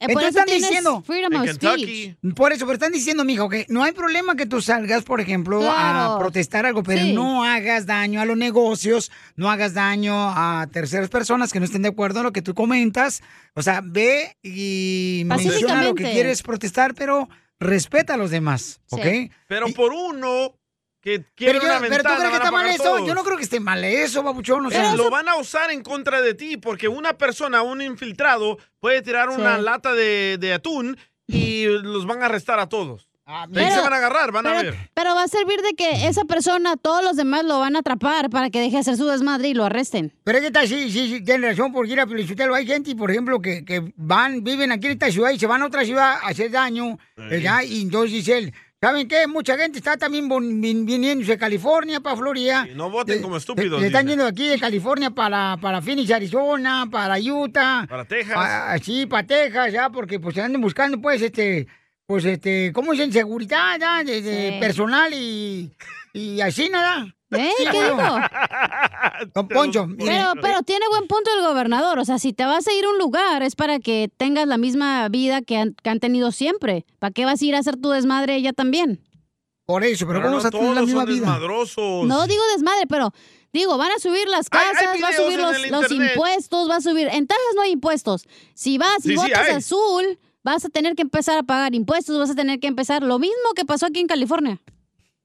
por eso
Entonces están
tienes
diciendo...
freedom of speech.
Por eso, pero están diciendo, mijo, que no hay problema que tú salgas, por ejemplo, a
Claro.
protestar algo, pero
Sí.
no hagas daño a los negocios, no hagas daño a terceras personas que no estén de acuerdo en lo que tú comentas. O sea, ve y menciona lo que
Pacíficamente.
quieres protestar, pero respeta a los demás, ¿ok?
Pero por uno que quiere
Pero, yo-
una
pero tú
ventana,
crees que
van a
está mal
pagar
eso?
todos.
Yo no creo que esté mal eso, babuchón. O sea,
Eh, lo van a usar en contra de ti porque una persona, un infiltrado, puede tirar una
Sí.
lata de, de atún y los van a arrestar a todos.
Ah,
¿De ahí se
Pero-
van a agarrar? Van a
pero-
ver.
Pero va a servir de que esa persona, todos los demás lo van a atrapar para que deje hacer su desmadre y lo arresten.
Pero es que está, sí, sí, sí, tiene razón, porque pues, ir a Felicitelo, hay gente, por ejemplo, que, que van, viven aquí en esta ciudad y se van a otra ciudad a hacer daño, ¿verdad? Y entonces dice él, ¿saben qué? Mucha gente está también von- vin- viniéndose de California para Florida.
No voten
Eh,
como
Le,
estúpidos.
le están
dice.
yendo de aquí de California para, para Phoenix, Arizona, para Utah.
Para Texas.
pa- sí, para Texas, ya, porque pues se andan buscando, pues, este, pues, este, ¿cómo dicen? Seguridad, ya, de, de
Sí.
personal y, y así nada.
¿Eh?
Sí,
¿Qué
bueno.
dijo?
Don Poncho.
Pero, pero tiene buen punto el gobernador. O sea, si te vas a ir a un lugar es para que tengas la misma vida que han, que han tenido siempre. ¿Para qué vas a ir a hacer tu desmadre ella también?
Por eso, pero,
Pero
¿cómo
no
vas a tener la
todos
misma
son
vida?
desmadrosos.
No digo desmadre, pero digo, van a subir las
Hay- hay
casas, va a
videos
subir
en
los,
el
los
internet.
impuestos, va a subir. En Texas no hay impuestos. Si vas y
Sí, sí,
votas
hay.
azul, vas a tener que empezar a pagar impuestos, vas a tener que empezar lo mismo que pasó aquí en California.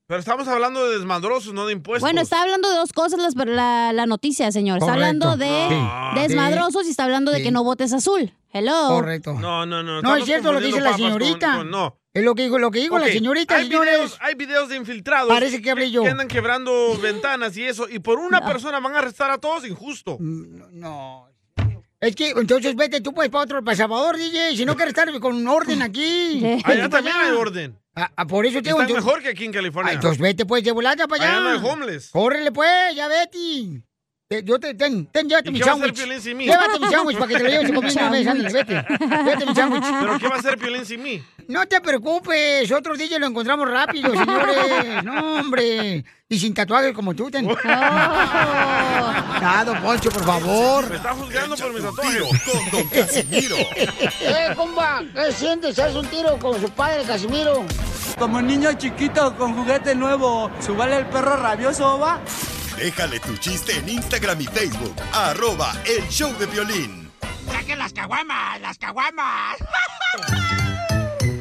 Pero estamos hablando de desmadrosos, no de impuestos.
Bueno, está hablando de dos cosas las- la, la noticia, señor. Está
Correcto.
hablando de
Sí.
desmadrosos y está hablando de
Sí.
que no votes azul. Hello.
Correcto.
No, no, no.
No,
estamos
es cierto lo que dice la
confundiendo papas
señorita.
con- con- no.
Es lo que dijo, lo que dijo
Ok,
la señorita,
hay
señores.
videos, hay videos de infiltrados
Parece que hablé yo.
andan quebrando ventanas y eso, y por una persona van a arrestar a todos injusto.
Mm, No. Es que entonces vete tú pues para otro, para Salvador, DJ, si no quieres estar con orden aquí.
Allá también hay orden.
Ah, ah, por eso
Y
te digo,
Están
entonces-
mejor que aquí en California.
Ah, entonces vete pues de volada para allá.
Allá no hay homeless.
Córrele pues, ya vete. Te- yo te, ten, ten, llévate
¿Y
mi
qué va a hacer
sándwich.
Piolín sin mí?
Llévate mi sándwich para que te lo lleves a comer una vez, ándale,
Sándwich.
vete. Llévate mi sándwich.
¿Pero qué va a hacer Piolín sin mí?
No te preocupes, otro DJ lo encontramos rápido, señores. No, hombre. Y sin tatuajes como tú, ten. Nada, don Poncho, por favor.
Me está juzgando por mis tatuajes.
Eh, compa, ¿qué sientes? ¿Haz un tiro con su padre, Casimiro?
Como niño chiquito con juguete nuevo, subale el perro rabioso, va.
Déjale tu chiste en Instagram y Facebook. Arroba el show de violín.
¡Saquen las caguamas! ¡Las caguamas!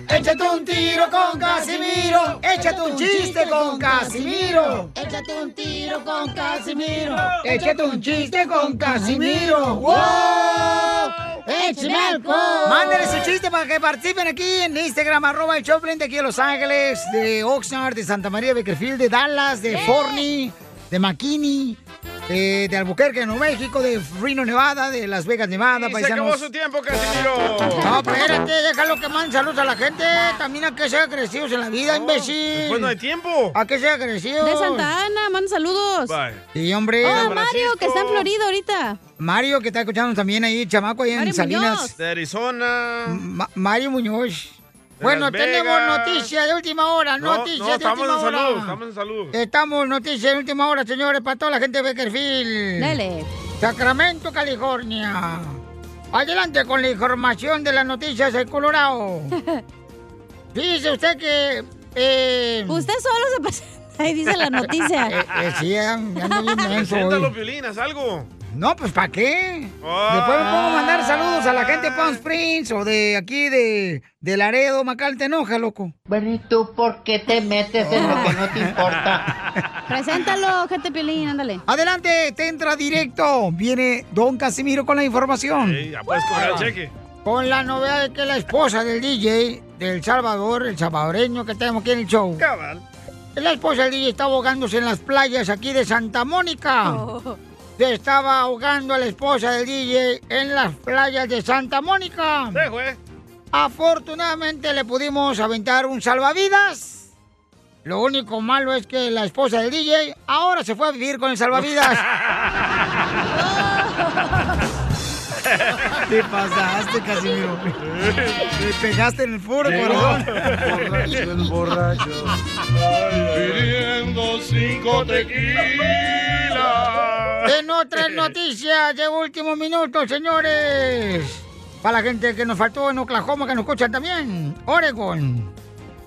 Échate un tiro con Casimiro. Échate un chiste con Casimiro.
Échate un tiro con Casimiro.
Échate un chiste con Casimiro. ¡Wow!
¡Échame
alcohol! Mándale su chiste para que participen aquí en Instagram, arroba el
¡Eh!
Choplin de aquí de Los Ángeles, de Oxnard, de Santa María, de Beckerfield, de Dallas, de Forney, de McKinney, eh, de Albuquerque, Nuevo México, de Reno, Nevada, de Las Vegas, Nevada,
Y se
paisanos.
acabó su tiempo, Casimiro.
No, espérate, déjalo que manden saludos a la gente. También a que sean crecidos en la vida, imbécil.
pues no hay tiempo.
A que sean crecidos.
De Santa Ana, manda saludos.
Sí, hombre.
Oh, a Mario, que está en Florida ahorita.
Mario, que está escuchando también ahí, chamaco, ahí en
Mario
Salinas.
Muñoz.
De Arizona.
Ma- Mario Muñoz.
De
bueno,
Las
tenemos
Vegas.
noticias de última hora,
No,
noticias
no,
de
estamos
última
en
hora.
salud, estamos en salud.
Estamos noticias de última hora, señores, para toda la gente de Beckerfield.
Dale.
Sacramento, California. Adelante con la información de las noticias de Colorado. Dice usted que...
Usted solo se pasa... Ahí dice la noticia.
Eh, eh, sí, ya- ya ando bien menso hoy.
Preséntalo, Piolín, haz algo.
No, pues ¿para qué? Después me puedo mandar saludos a la gente de Palm Springs o de aquí de, de Laredo, Macal, te enoja, loco.
Bueno, ¿y tú por qué te metes en lo que no te importa?
Preséntalo, gente Piolín, ándale.
Adelante, te entra directo. Viene Don Casimiro con la información.
Ya puedes
Ah.
cobrar el cheque.
Con la novedad de que la esposa del DJ del Salvador, el salvadoreño que tenemos aquí en el show. La esposa del DJ está ahogándose en las playas aquí de Santa
Ah.
Mónica.
Oh.
Se estaba ahogando a la esposa del DJ en las playas de Santa Mónica. Afortunadamente le pudimos aventar un salvavidas. Lo único malo es que la esposa del DJ ahora se fue a vivir con el salvavidas. Te pasaste, Casimiro. Te pegaste en el foro, corazón.
Borracho el borracho. Pidiendo cinco tequilas.
En otras noticias de último minuto, señores. Para la gente que nos faltó en Oklahoma, que nos escuchan también. Oregon.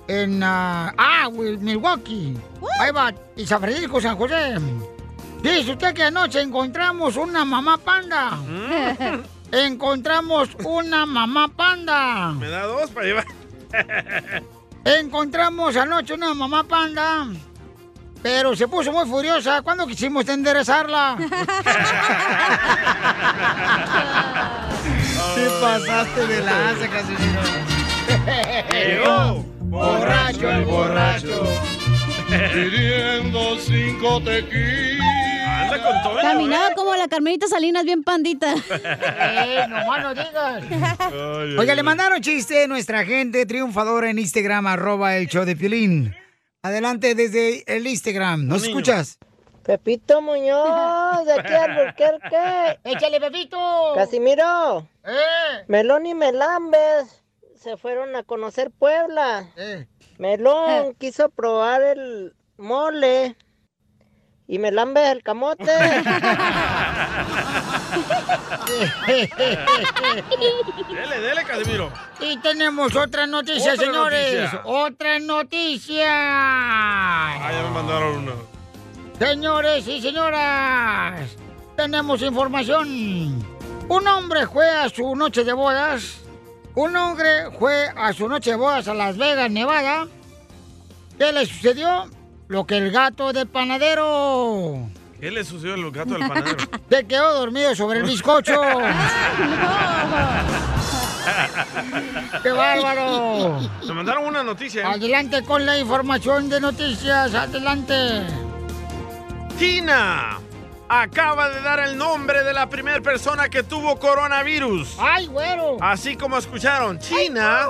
En. ah, ah, Wil- Milwaukee. Ahí va. Y San Francisco, San José. Dice usted que anoche encontramos una mamá panda. encontramos una mamá panda.
Me da dos para llevar.
Encontramos anoche una mamá panda, pero se puso muy furiosa cuando quisimos enderezarla. Te pasaste de lanza, Casimiro.
Llegó borracho el borracho. Pidiendo cinco tequilas. Anda con todo.
Caminaba como la Carmelita Salinas, bien pandita.
Eh, nomás no digas. Oiga, le mandaron chiste a nuestra gente triunfadora en Instagram, arroba el show de Piolín. Adelante desde el Instagram. ¿Nos escuchas?
Pepito Muñoz, de aquí a Albuquerque.
¡Échale, Pepito!
Casimiro,
¡Eh!
Melón y Melambes se fueron a conocer Puebla.
Eh.
Melón quiso probar el mole y Melambes el camote.
Dele, dele, Casimiro.
Y tenemos otra noticia,
Otra
señores.
noticia.
Otra noticia.
Ah, ya me mandaron una.
Señores y señoras, tenemos información. Un hombre fue a su noche de bodas. Un hombre fue a su noche de bodas a Las Vegas, Nevada. ¿Qué le sucedió? Lo que el gato del panadero
¿Qué le sucedió al gato del panadero?
se quedó dormido sobre el bizcocho. ¡Qué bárbaro!
Me mandaron una noticia. ¿eh?
Adelante con la información de noticias, adelante.
China acaba de dar el nombre de la primera persona que tuvo coronavirus.
¡Ay, güero!
Así como escucharon, China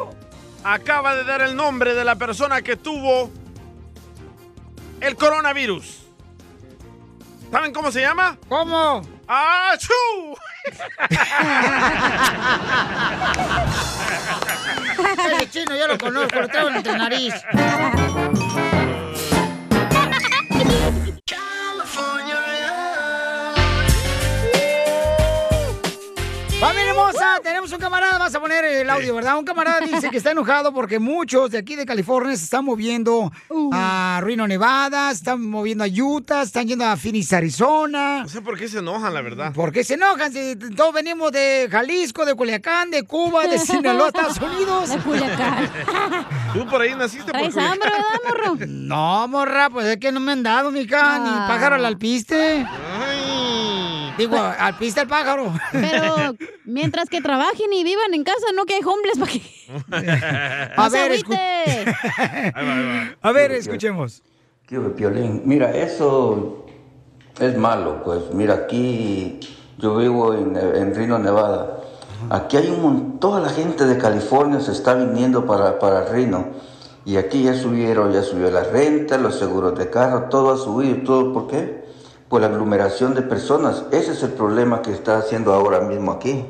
acaba de dar el nombre de la persona que tuvo el coronavirus. ¿Saben cómo se llama?
¿Cómo?
¡Achú!
Ese chino yo lo conozco, lo traigo entre nariz. ¡Familia hermosa! Tenemos un camarada, vas a poner el audio, ¿verdad? Un camarada dice que está enojado porque muchos de aquí de California se están moviendo a Reno, Nevada, se están moviendo a Utah, se están yendo a Phoenix, Arizona.
No sé por qué se enojan, la verdad.
¿Por qué se enojan? Si todos venimos de Jalisco, de Culiacán, de Cuba, de Sinaloa, Estados Unidos. De
Culiacán.
¿Tú por ahí naciste? Por
¿Traes
Culiacán?
hambre, verdad, morro? Ah. No, morra, pues es que no me han dado, mija, ni pájaro al alpiste. Digo, alpiste al pájaro.
Pero mientras que trabajen y vivan en casa, no que hay homeless para que...
A ver, escu- a ver, escuchemos.
¿Qué hubo, Piolín? Mira, eso
es malo, pues mira, aquí yo vivo en, en Reno, Nevada. Aquí hay un montón, toda la gente de California se está viniendo para, para Reno. Y aquí ya subieron, ya subió la renta, los seguros de carro, todo ha subido. ¿Todo por qué? Por la aglomeración de personas. Ese es el problema que está haciendo ahora mismo aquí.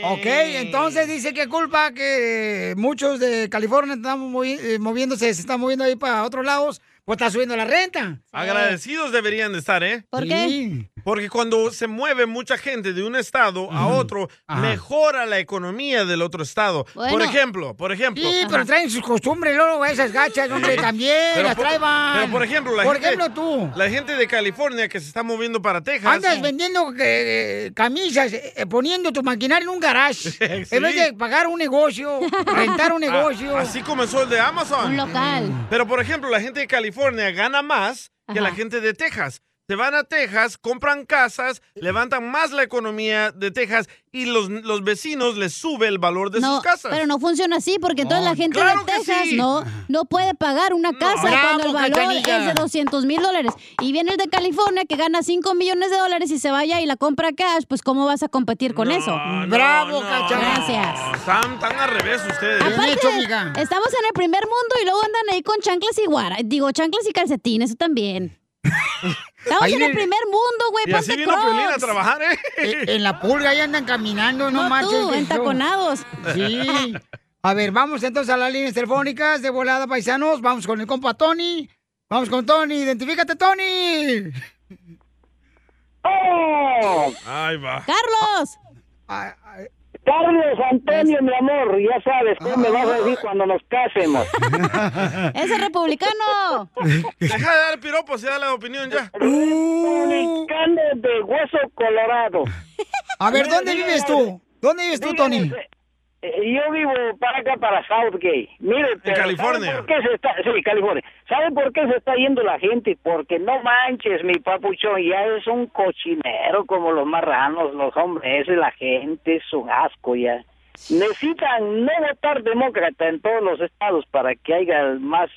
Ok, entonces dice que culpa que muchos de California están movi- eh, moviéndose, se están moviendo ahí para otros lados, pues está subiendo la renta.
Agradecidos deberían de estar, ¿eh?
¿Por qué? Sí.
Porque cuando se mueve mucha gente de un estado a otro,
Ajá.
mejora la economía del otro estado. Por
Bueno.
ejemplo, por ejemplo.
Sí, pero traen sus costumbres, luego esas gachas, hombre, también,
Pero
las
por-
traen.
Pero por ejemplo, la
Por
gente,
ejemplo, tú.
La gente de California que se está moviendo para Texas.
Andas vendiendo eh, camisas, eh, poniendo tu maquinaria en un garage. En vez de pagar un negocio, rentar un
Ah,
negocio.
así comenzó el de Amazon. Mm.
Un local.
Pero por ejemplo, la gente de California gana más que la
Ajá.
gente de Texas. Se van a Texas, compran casas, levantan más la economía de Texas y los, los vecinos les sube el valor de
No,
sus casas.
pero no funciona así porque toda la gente
claro
de
que
Texas
sí.
no, no puede pagar una casa cuando el
Bravo,
valor
Cachanilla.
es de 200 mil dólares. Y viene el de California que gana 5 millones de dólares y se vaya y la compra cash, pues ¿cómo vas a competir con eso?
¡Bravo,
Cachanilla! Gracias.
Están tan al revés ustedes. ¿eh?
Aparte, estamos en el primer mundo y luego andan ahí con chanclas y guara. Digo, chanclas y calcetines, eso también. Estamos
Ahí
en el
en-
primer mundo, güey.
Y
ponte
así vino
Crocs.
Piolín a trabajar, ¿eh? En- en la pulga ahí andan caminando, no,
No,
marches.
tú,
que yo-
entaconados.
Sí. A ver, vamos entonces a las líneas telefónicas de volada, paisanos. Vamos con el compa Tony. Vamos con Tony. Identifícate, Tony.
¡Oh!
Ahí va.
¡Carlos!
Carlos Antonio, mi amor, ya sabes, tú me vas a decir cuando nos casemos.
¡Ese republicano!
Deja de dar piropos y da la opinión ya.
Republicano de hueso colorado.
A ver, ¿dónde
Mire,
vives
dígame,
tú? ¿Dónde vives tú, Tony?
dígame, eh, Yo vivo para acá, para Southgate. Mire, pero ¿sabe
California.
por qué se está, sí, California. ¿Sabe por qué se está yendo la gente? Porque no manches, mi papuchón, ya es un cochinero como los marranos, los hombres, la gente es un asco ya. Necesitan no votar demócrata en todos los estados para que haya más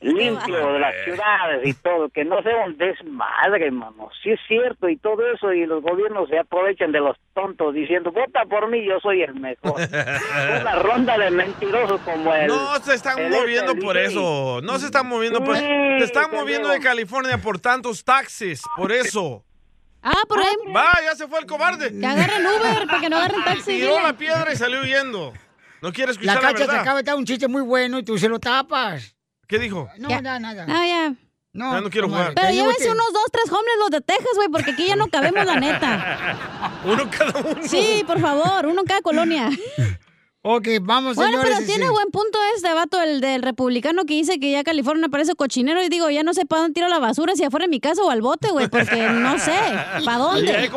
Ah.
limpio de las
Eh.
ciudades y todo, que no sea un desmadre, mano. Sí es cierto y todo eso, y los gobiernos se aprovechan de los tontos diciendo, vota por mí, yo soy el mejor. Una ronda de mentirosos como el...
No se están
el
moviendo
este, el
por
DJ.
eso. No se están moviendo por
Sí,
Se están
te
moviendo de
digo.
California por tantos taxes. Por eso.
Ah, por ahí.
Va, ya se fue el cobarde.
Que agarren Uber para que no agarren taxi.
Tiró
dile.
la piedra y salió huyendo. No
La
quiere escuchar la,
cacha se
verdad.
acaba de dar un chiste muy bueno y tú se lo tapas.
¿Qué dijo?
No,
Ya.
nada, nada.
No, ya.
No,
Ya no quiero
comadre,
jugar.
Pero
te digo
llévense
que-
unos dos, tres hombres los de Texas, güey, porque aquí ya no cabemos, la neta.
Uno cada uno.
Sí, por favor, uno en cada colonia.
Ok, vamos,
Bueno,
señores.
pero tiene
este-
buen punto este vato, el del republicano que dice que ya California parece cochinero. Y digo, ya no sé para dónde tiro la basura, si afuera de mi casa o al bote, güey, porque no sé. ¿Para
eh,
dónde?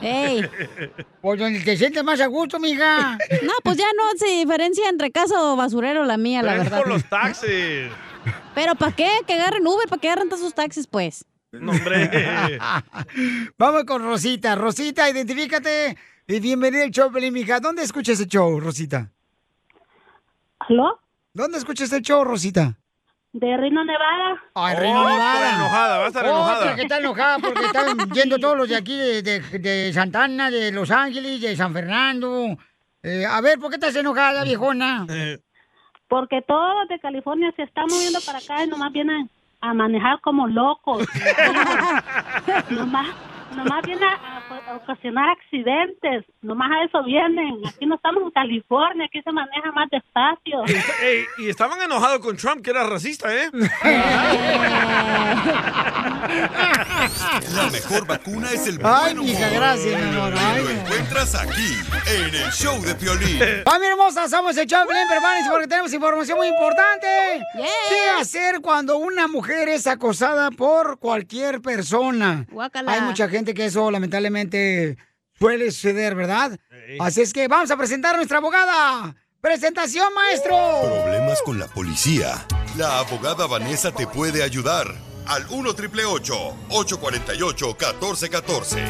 Ey.
Por donde te sientes más a gusto, mija.
No, pues ya no se diferencia entre casa o basurero la mía, la
Pero es
verdad.
por los taxis.
Pero ¿para qué? Que agarren Uber, ¿para qué agarren sus taxis, pues?
No, hombre.
Vamos con Rosita. Rosita, identifícate. Y bienvenida al show, Pelín, mija. ¿Dónde escuchas el show, Rosita?
¿Aló?
¿Dónde escuchas el show, Rosita?
De Reno, Nevada.
Ah, en Reno,
Otra
Nevada.
Oh, enojada, va a estar enojada.
Otra que está enojada porque están yendo todos los de aquí, de, de, de Santa Ana, de Los Ángeles, de San Fernando. Eh, a ver, ¿por qué estás enojada, viejona?
Porque todos los de California se están moviendo para acá y nomás vienen a manejar como locos. nomás, nomás vienen a, a ocasionar accidentes. Nomás a eso vienen. Aquí no estamos en California, aquí se maneja más despacio.
Ey, y estaban enojados con Trump, que era racista, ¿eh?
La mejor vacuna es el
Ay,
buen
mija,
humor.
gracias, mi amor. Ay,
Y lo encuentras aquí, en el show de Piolín.
¡Familia hermosa! Somos el Choplin, prepárense porque tenemos información muy importante. ¿Qué hacer cuando una mujer es acosada por cualquier persona?
Guácala.
Hay mucha gente que eso lamentablemente suele suceder, ¿verdad? Así es que vamos a presentar a nuestra abogada. ¡Presentación, maestro!
Problemas con la policía. La abogada Vanessa te puede ayudar. Al 1 848 1414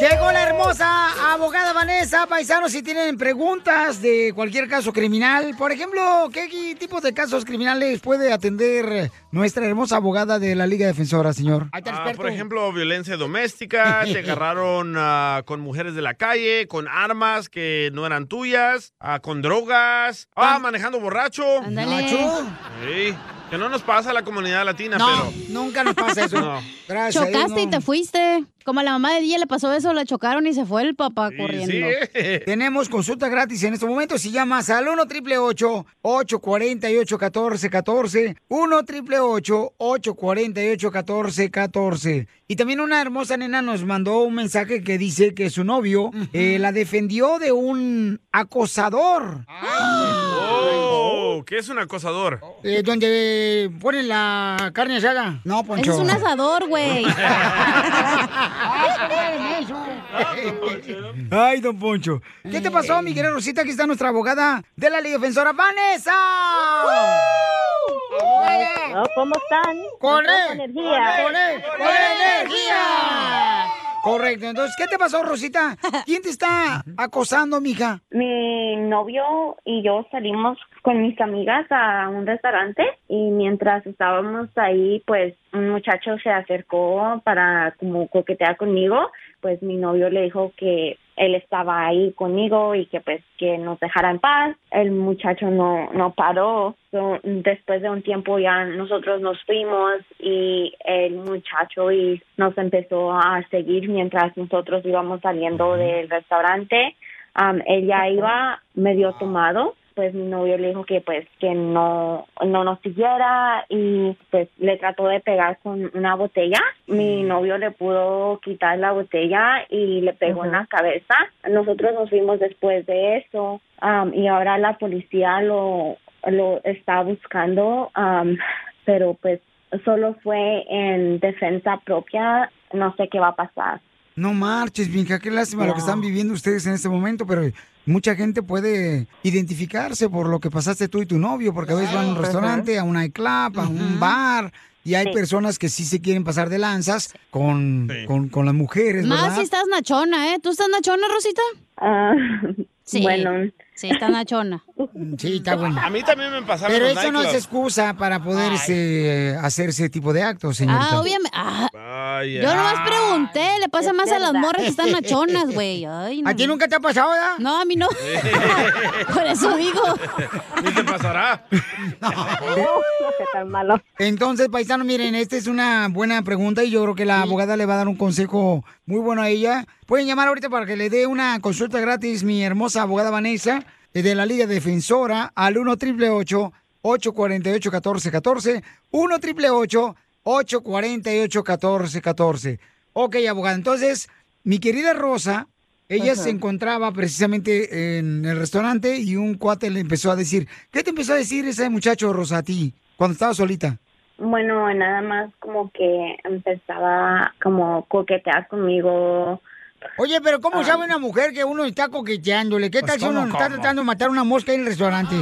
Llegó la hermosa Abogada Vanessa, paisanos, si tienen preguntas de cualquier caso criminal, por ejemplo, ¿qué qué tipo de casos criminales puede atender nuestra hermosa abogada de la Liga Defensora, señor?
Ah, por ejemplo, violencia doméstica, te agarraron ah, con mujeres de la calle, con armas que no eran tuyas, ah, con drogas, ah, manejando borracho.
Ándale. Nacho.
Sí, que no nos pasa a la comunidad latina,
No,
pero...
nunca nos pasa eso.
No.
Gracias. a Dios,
Chocaste y
no.
te fuiste. Como a la mamá de Día le pasó eso, la chocaron y se fue el papá corriendo.
Tenemos consulta gratis en este momento. Si llamas al 1 triple 848 1414 1 triple 848 1414 Y también una hermosa nena nos mandó un mensaje que dice que su novio eh, la defendió de un acosador.
Ah. Oh, ¿qué es un acosador?
eh, donde ponen la carne asada. No, Poncho.
Ese es un asador, güey.
Ay, don Poncho. ¿Qué te pasó, mi querida Rosita? Aquí está nuestra abogada de la Liga Defensora, Vanessa.
No, Oh, ¿Cómo están?
Con
Con
él,
energía.
con él, con E, energía. Correcto. Entonces, ¿qué te pasó, Rosita? ¿Quién te está acosando, mija?
Mi novio y yo salimos con mis amigas a un restaurante y mientras estábamos ahí, pues un muchacho se acercó para como coquetear conmigo, pues mi novio le dijo que él estaba ahí conmigo y que pues que nos dejara en paz. El muchacho no no paró. So, después de un tiempo ya nosotros nos fuimos y el muchacho y nos empezó a seguir mientras nosotros íbamos saliendo del restaurante. Um, él ya iba medio tomado, pues mi novio le dijo que pues que no, no nos siguiera y pues le trató de pegar con una botella. Mi novio le pudo quitar la botella y le pegó en la cabeza. Nosotros nos fuimos después de eso um, y ahora la policía lo, lo está buscando, um, pero pues solo fue en defensa propia, no sé qué va a pasar.
No marches, mija. Qué lástima lo que están viviendo ustedes en este momento, pero mucha gente puede identificarse por lo que pasaste tú y tu novio, porque a veces van a un
Ujú.
restaurante, a un nightclub, a un bar. Y hay
Sí.
personas que sí se quieren pasar de lanzas con, con, con las mujeres,
Más
¿verdad?
si estás nachona, ¿eh? ¿Tú estás nachona, Rosita? sí.
Ah, bueno.
Sí, está nachona.
Sí, está bueno.
A mí también me pasaba
Pero
en los
eso no es
nightclubs.
excusa para poder este, hacer ese tipo de actos, señorita.
Ah, obviamente. Ah,
Ay,
yo nomás pregunté, le pasa
Es
más a las
verdad.
morras que están nachonas, güey. Ay, no.
¿A ti nunca te ha pasado, verdad?
No, a mí no. Por eso digo.
Ni te pasará.
Entonces, paisano, miren, esta es una buena pregunta y yo creo que la abogada le va a dar un consejo muy bueno a ella. Pueden llamar ahorita para que le dé una consulta gratis mi hermosa abogada Vanessa eh, de la Liga Defensora al 1 888 848 1414 1 888 848 1414 Ok, abogada, entonces, mi querida Rosa, ella
Ajá.
se encontraba precisamente en el restaurante y un cuate le empezó a decir, ¿qué te empezó a decir ese muchacho Rosa a ti cuando estaba solita?
Bueno, nada más como que empezaba como coquetear conmigo. Ah.
Oye, pero ¿cómo sabe una mujer que uno está coqueteándole? ¿Qué
Pues,
tal si uno
¿cómo,
está
cómo?
tratando de matar una mosca en el restaurante?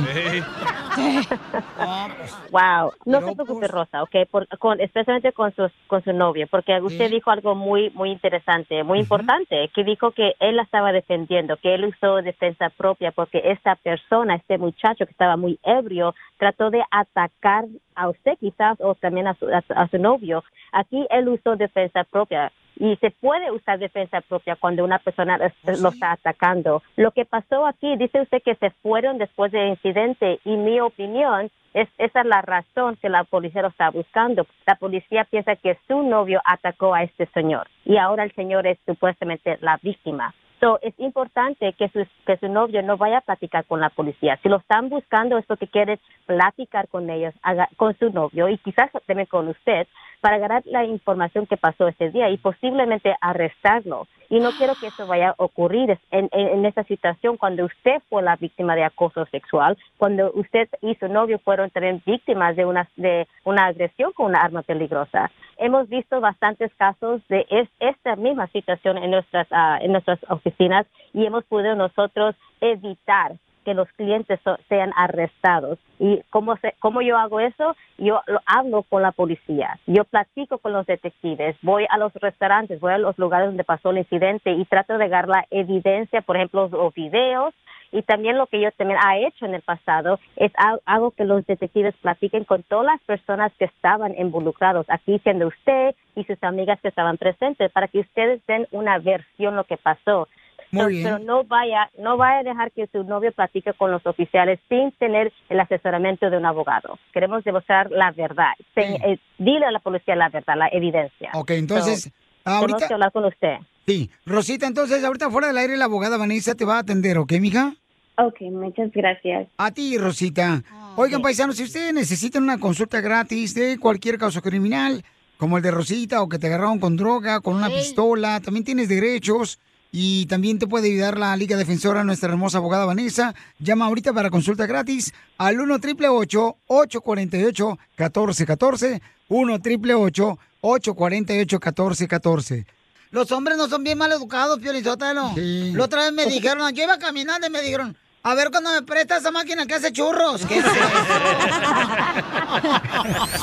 Wow, no se preocupe Rosa, ¿ok? Por- con, especialmente con su, con su novia, porque usted
Sí.
dijo algo muy, muy interesante, muy importante, que dijo que él la estaba defendiendo, que él usó defensa propia, porque esta persona, este muchacho que estaba muy ebrio, trató de atacar a usted quizás o también a su, a su- a su novio. Aquí él usó defensa propia. Y se puede usar defensa propia cuando una persona lo- lo está atacando. Lo que pasó aquí, dice usted que se fueron después del incidente y mi opinión es esa es la razón que la policía lo está buscando. La policía piensa que su novio atacó a este señor y ahora el señor es supuestamente la víctima. So, es importante que su, que su novio no vaya a platicar con la policía. Si lo están buscando es porque quiere platicar con ellos, haga- con su novio y quizás también con usted para agarrar la información que pasó ese día y posiblemente arrestarlo. Y no quiero que eso vaya a ocurrir en, en, en esa situación cuando usted fue la víctima de acoso sexual, cuando usted y su novio fueron también víctimas de una, de una agresión con una arma peligrosa. Hemos visto bastantes casos de es- esta misma situación en nuestras, ah, en nuestras oficinas y hemos podido nosotros evitar que que los clientes so- sean arrestados. ¿Y cómo, se, cómo yo hago eso? Yo lo hablo con la policía, yo platico con los detectives, voy a los restaurantes, voy a los lugares donde pasó el incidente y trato de dar la evidencia, por ejemplo, los videos y también lo que yo también ha hecho en el pasado es ha- hago que los detectives platiquen con todas las personas que estaban involucrados, aquí siendo usted y sus amigas que estaban presentes, para que ustedes den una versión lo que pasó.
Muy
Pero-
bien.
Pero no vaya, no vaya a dejar que su novio platique con los oficiales sin tener el asesoramiento de un abogado. Queremos demostrar la verdad. Ten- eh, dile a la policía la verdad, la evidencia.
Ok, entonces,
So,
ahorita-
tenemos que hablar con usted.
Sí. Rosita, entonces, ahorita fuera del aire la abogada Vanessa te va a atender, ¿ok, mija?
Ok, muchas gracias.
A ti, Rosita. Oigan, paisanos, si ustedes necesitan una consulta gratis de cualquier caso criminal, como el de Rosita, o que te agarraron con droga, con una pistola, también tienes derechos y también te puede ayudar la Liga Defensora, nuestra hermosa abogada Vanessa. Llama ahorita para consulta gratis al 1 888 848 1414 1 888 848 1414
Los hombres no son bien mal educados, Piolizótelo. La otra vez me dijeron, yo iba caminando y me dijeron, a ver cuando me presta esa máquina que hace churros. ¿Qué es eso?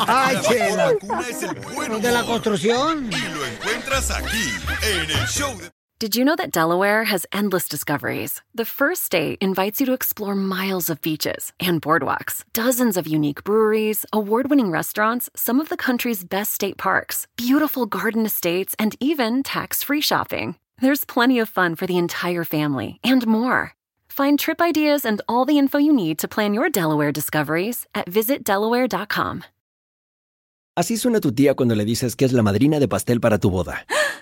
Ay,
La
chela.
mejor vacuna es el buen
De la
humor.
construcción.
Y lo encuentras aquí, en el show de...
Did you know that Delaware has endless discoveries? The first state invites you to explore miles of beaches and boardwalks, dozens of unique breweries, award winning restaurants, some of the country's best state parks, beautiful garden estates, and even tax free shopping. There's plenty of fun for the entire family and more. Find trip ideas and all the info you need to plan your Delaware discoveries at visitdelaware.com.
Así suena tu tía cuando le dices que es la madrina de pastel para tu boda.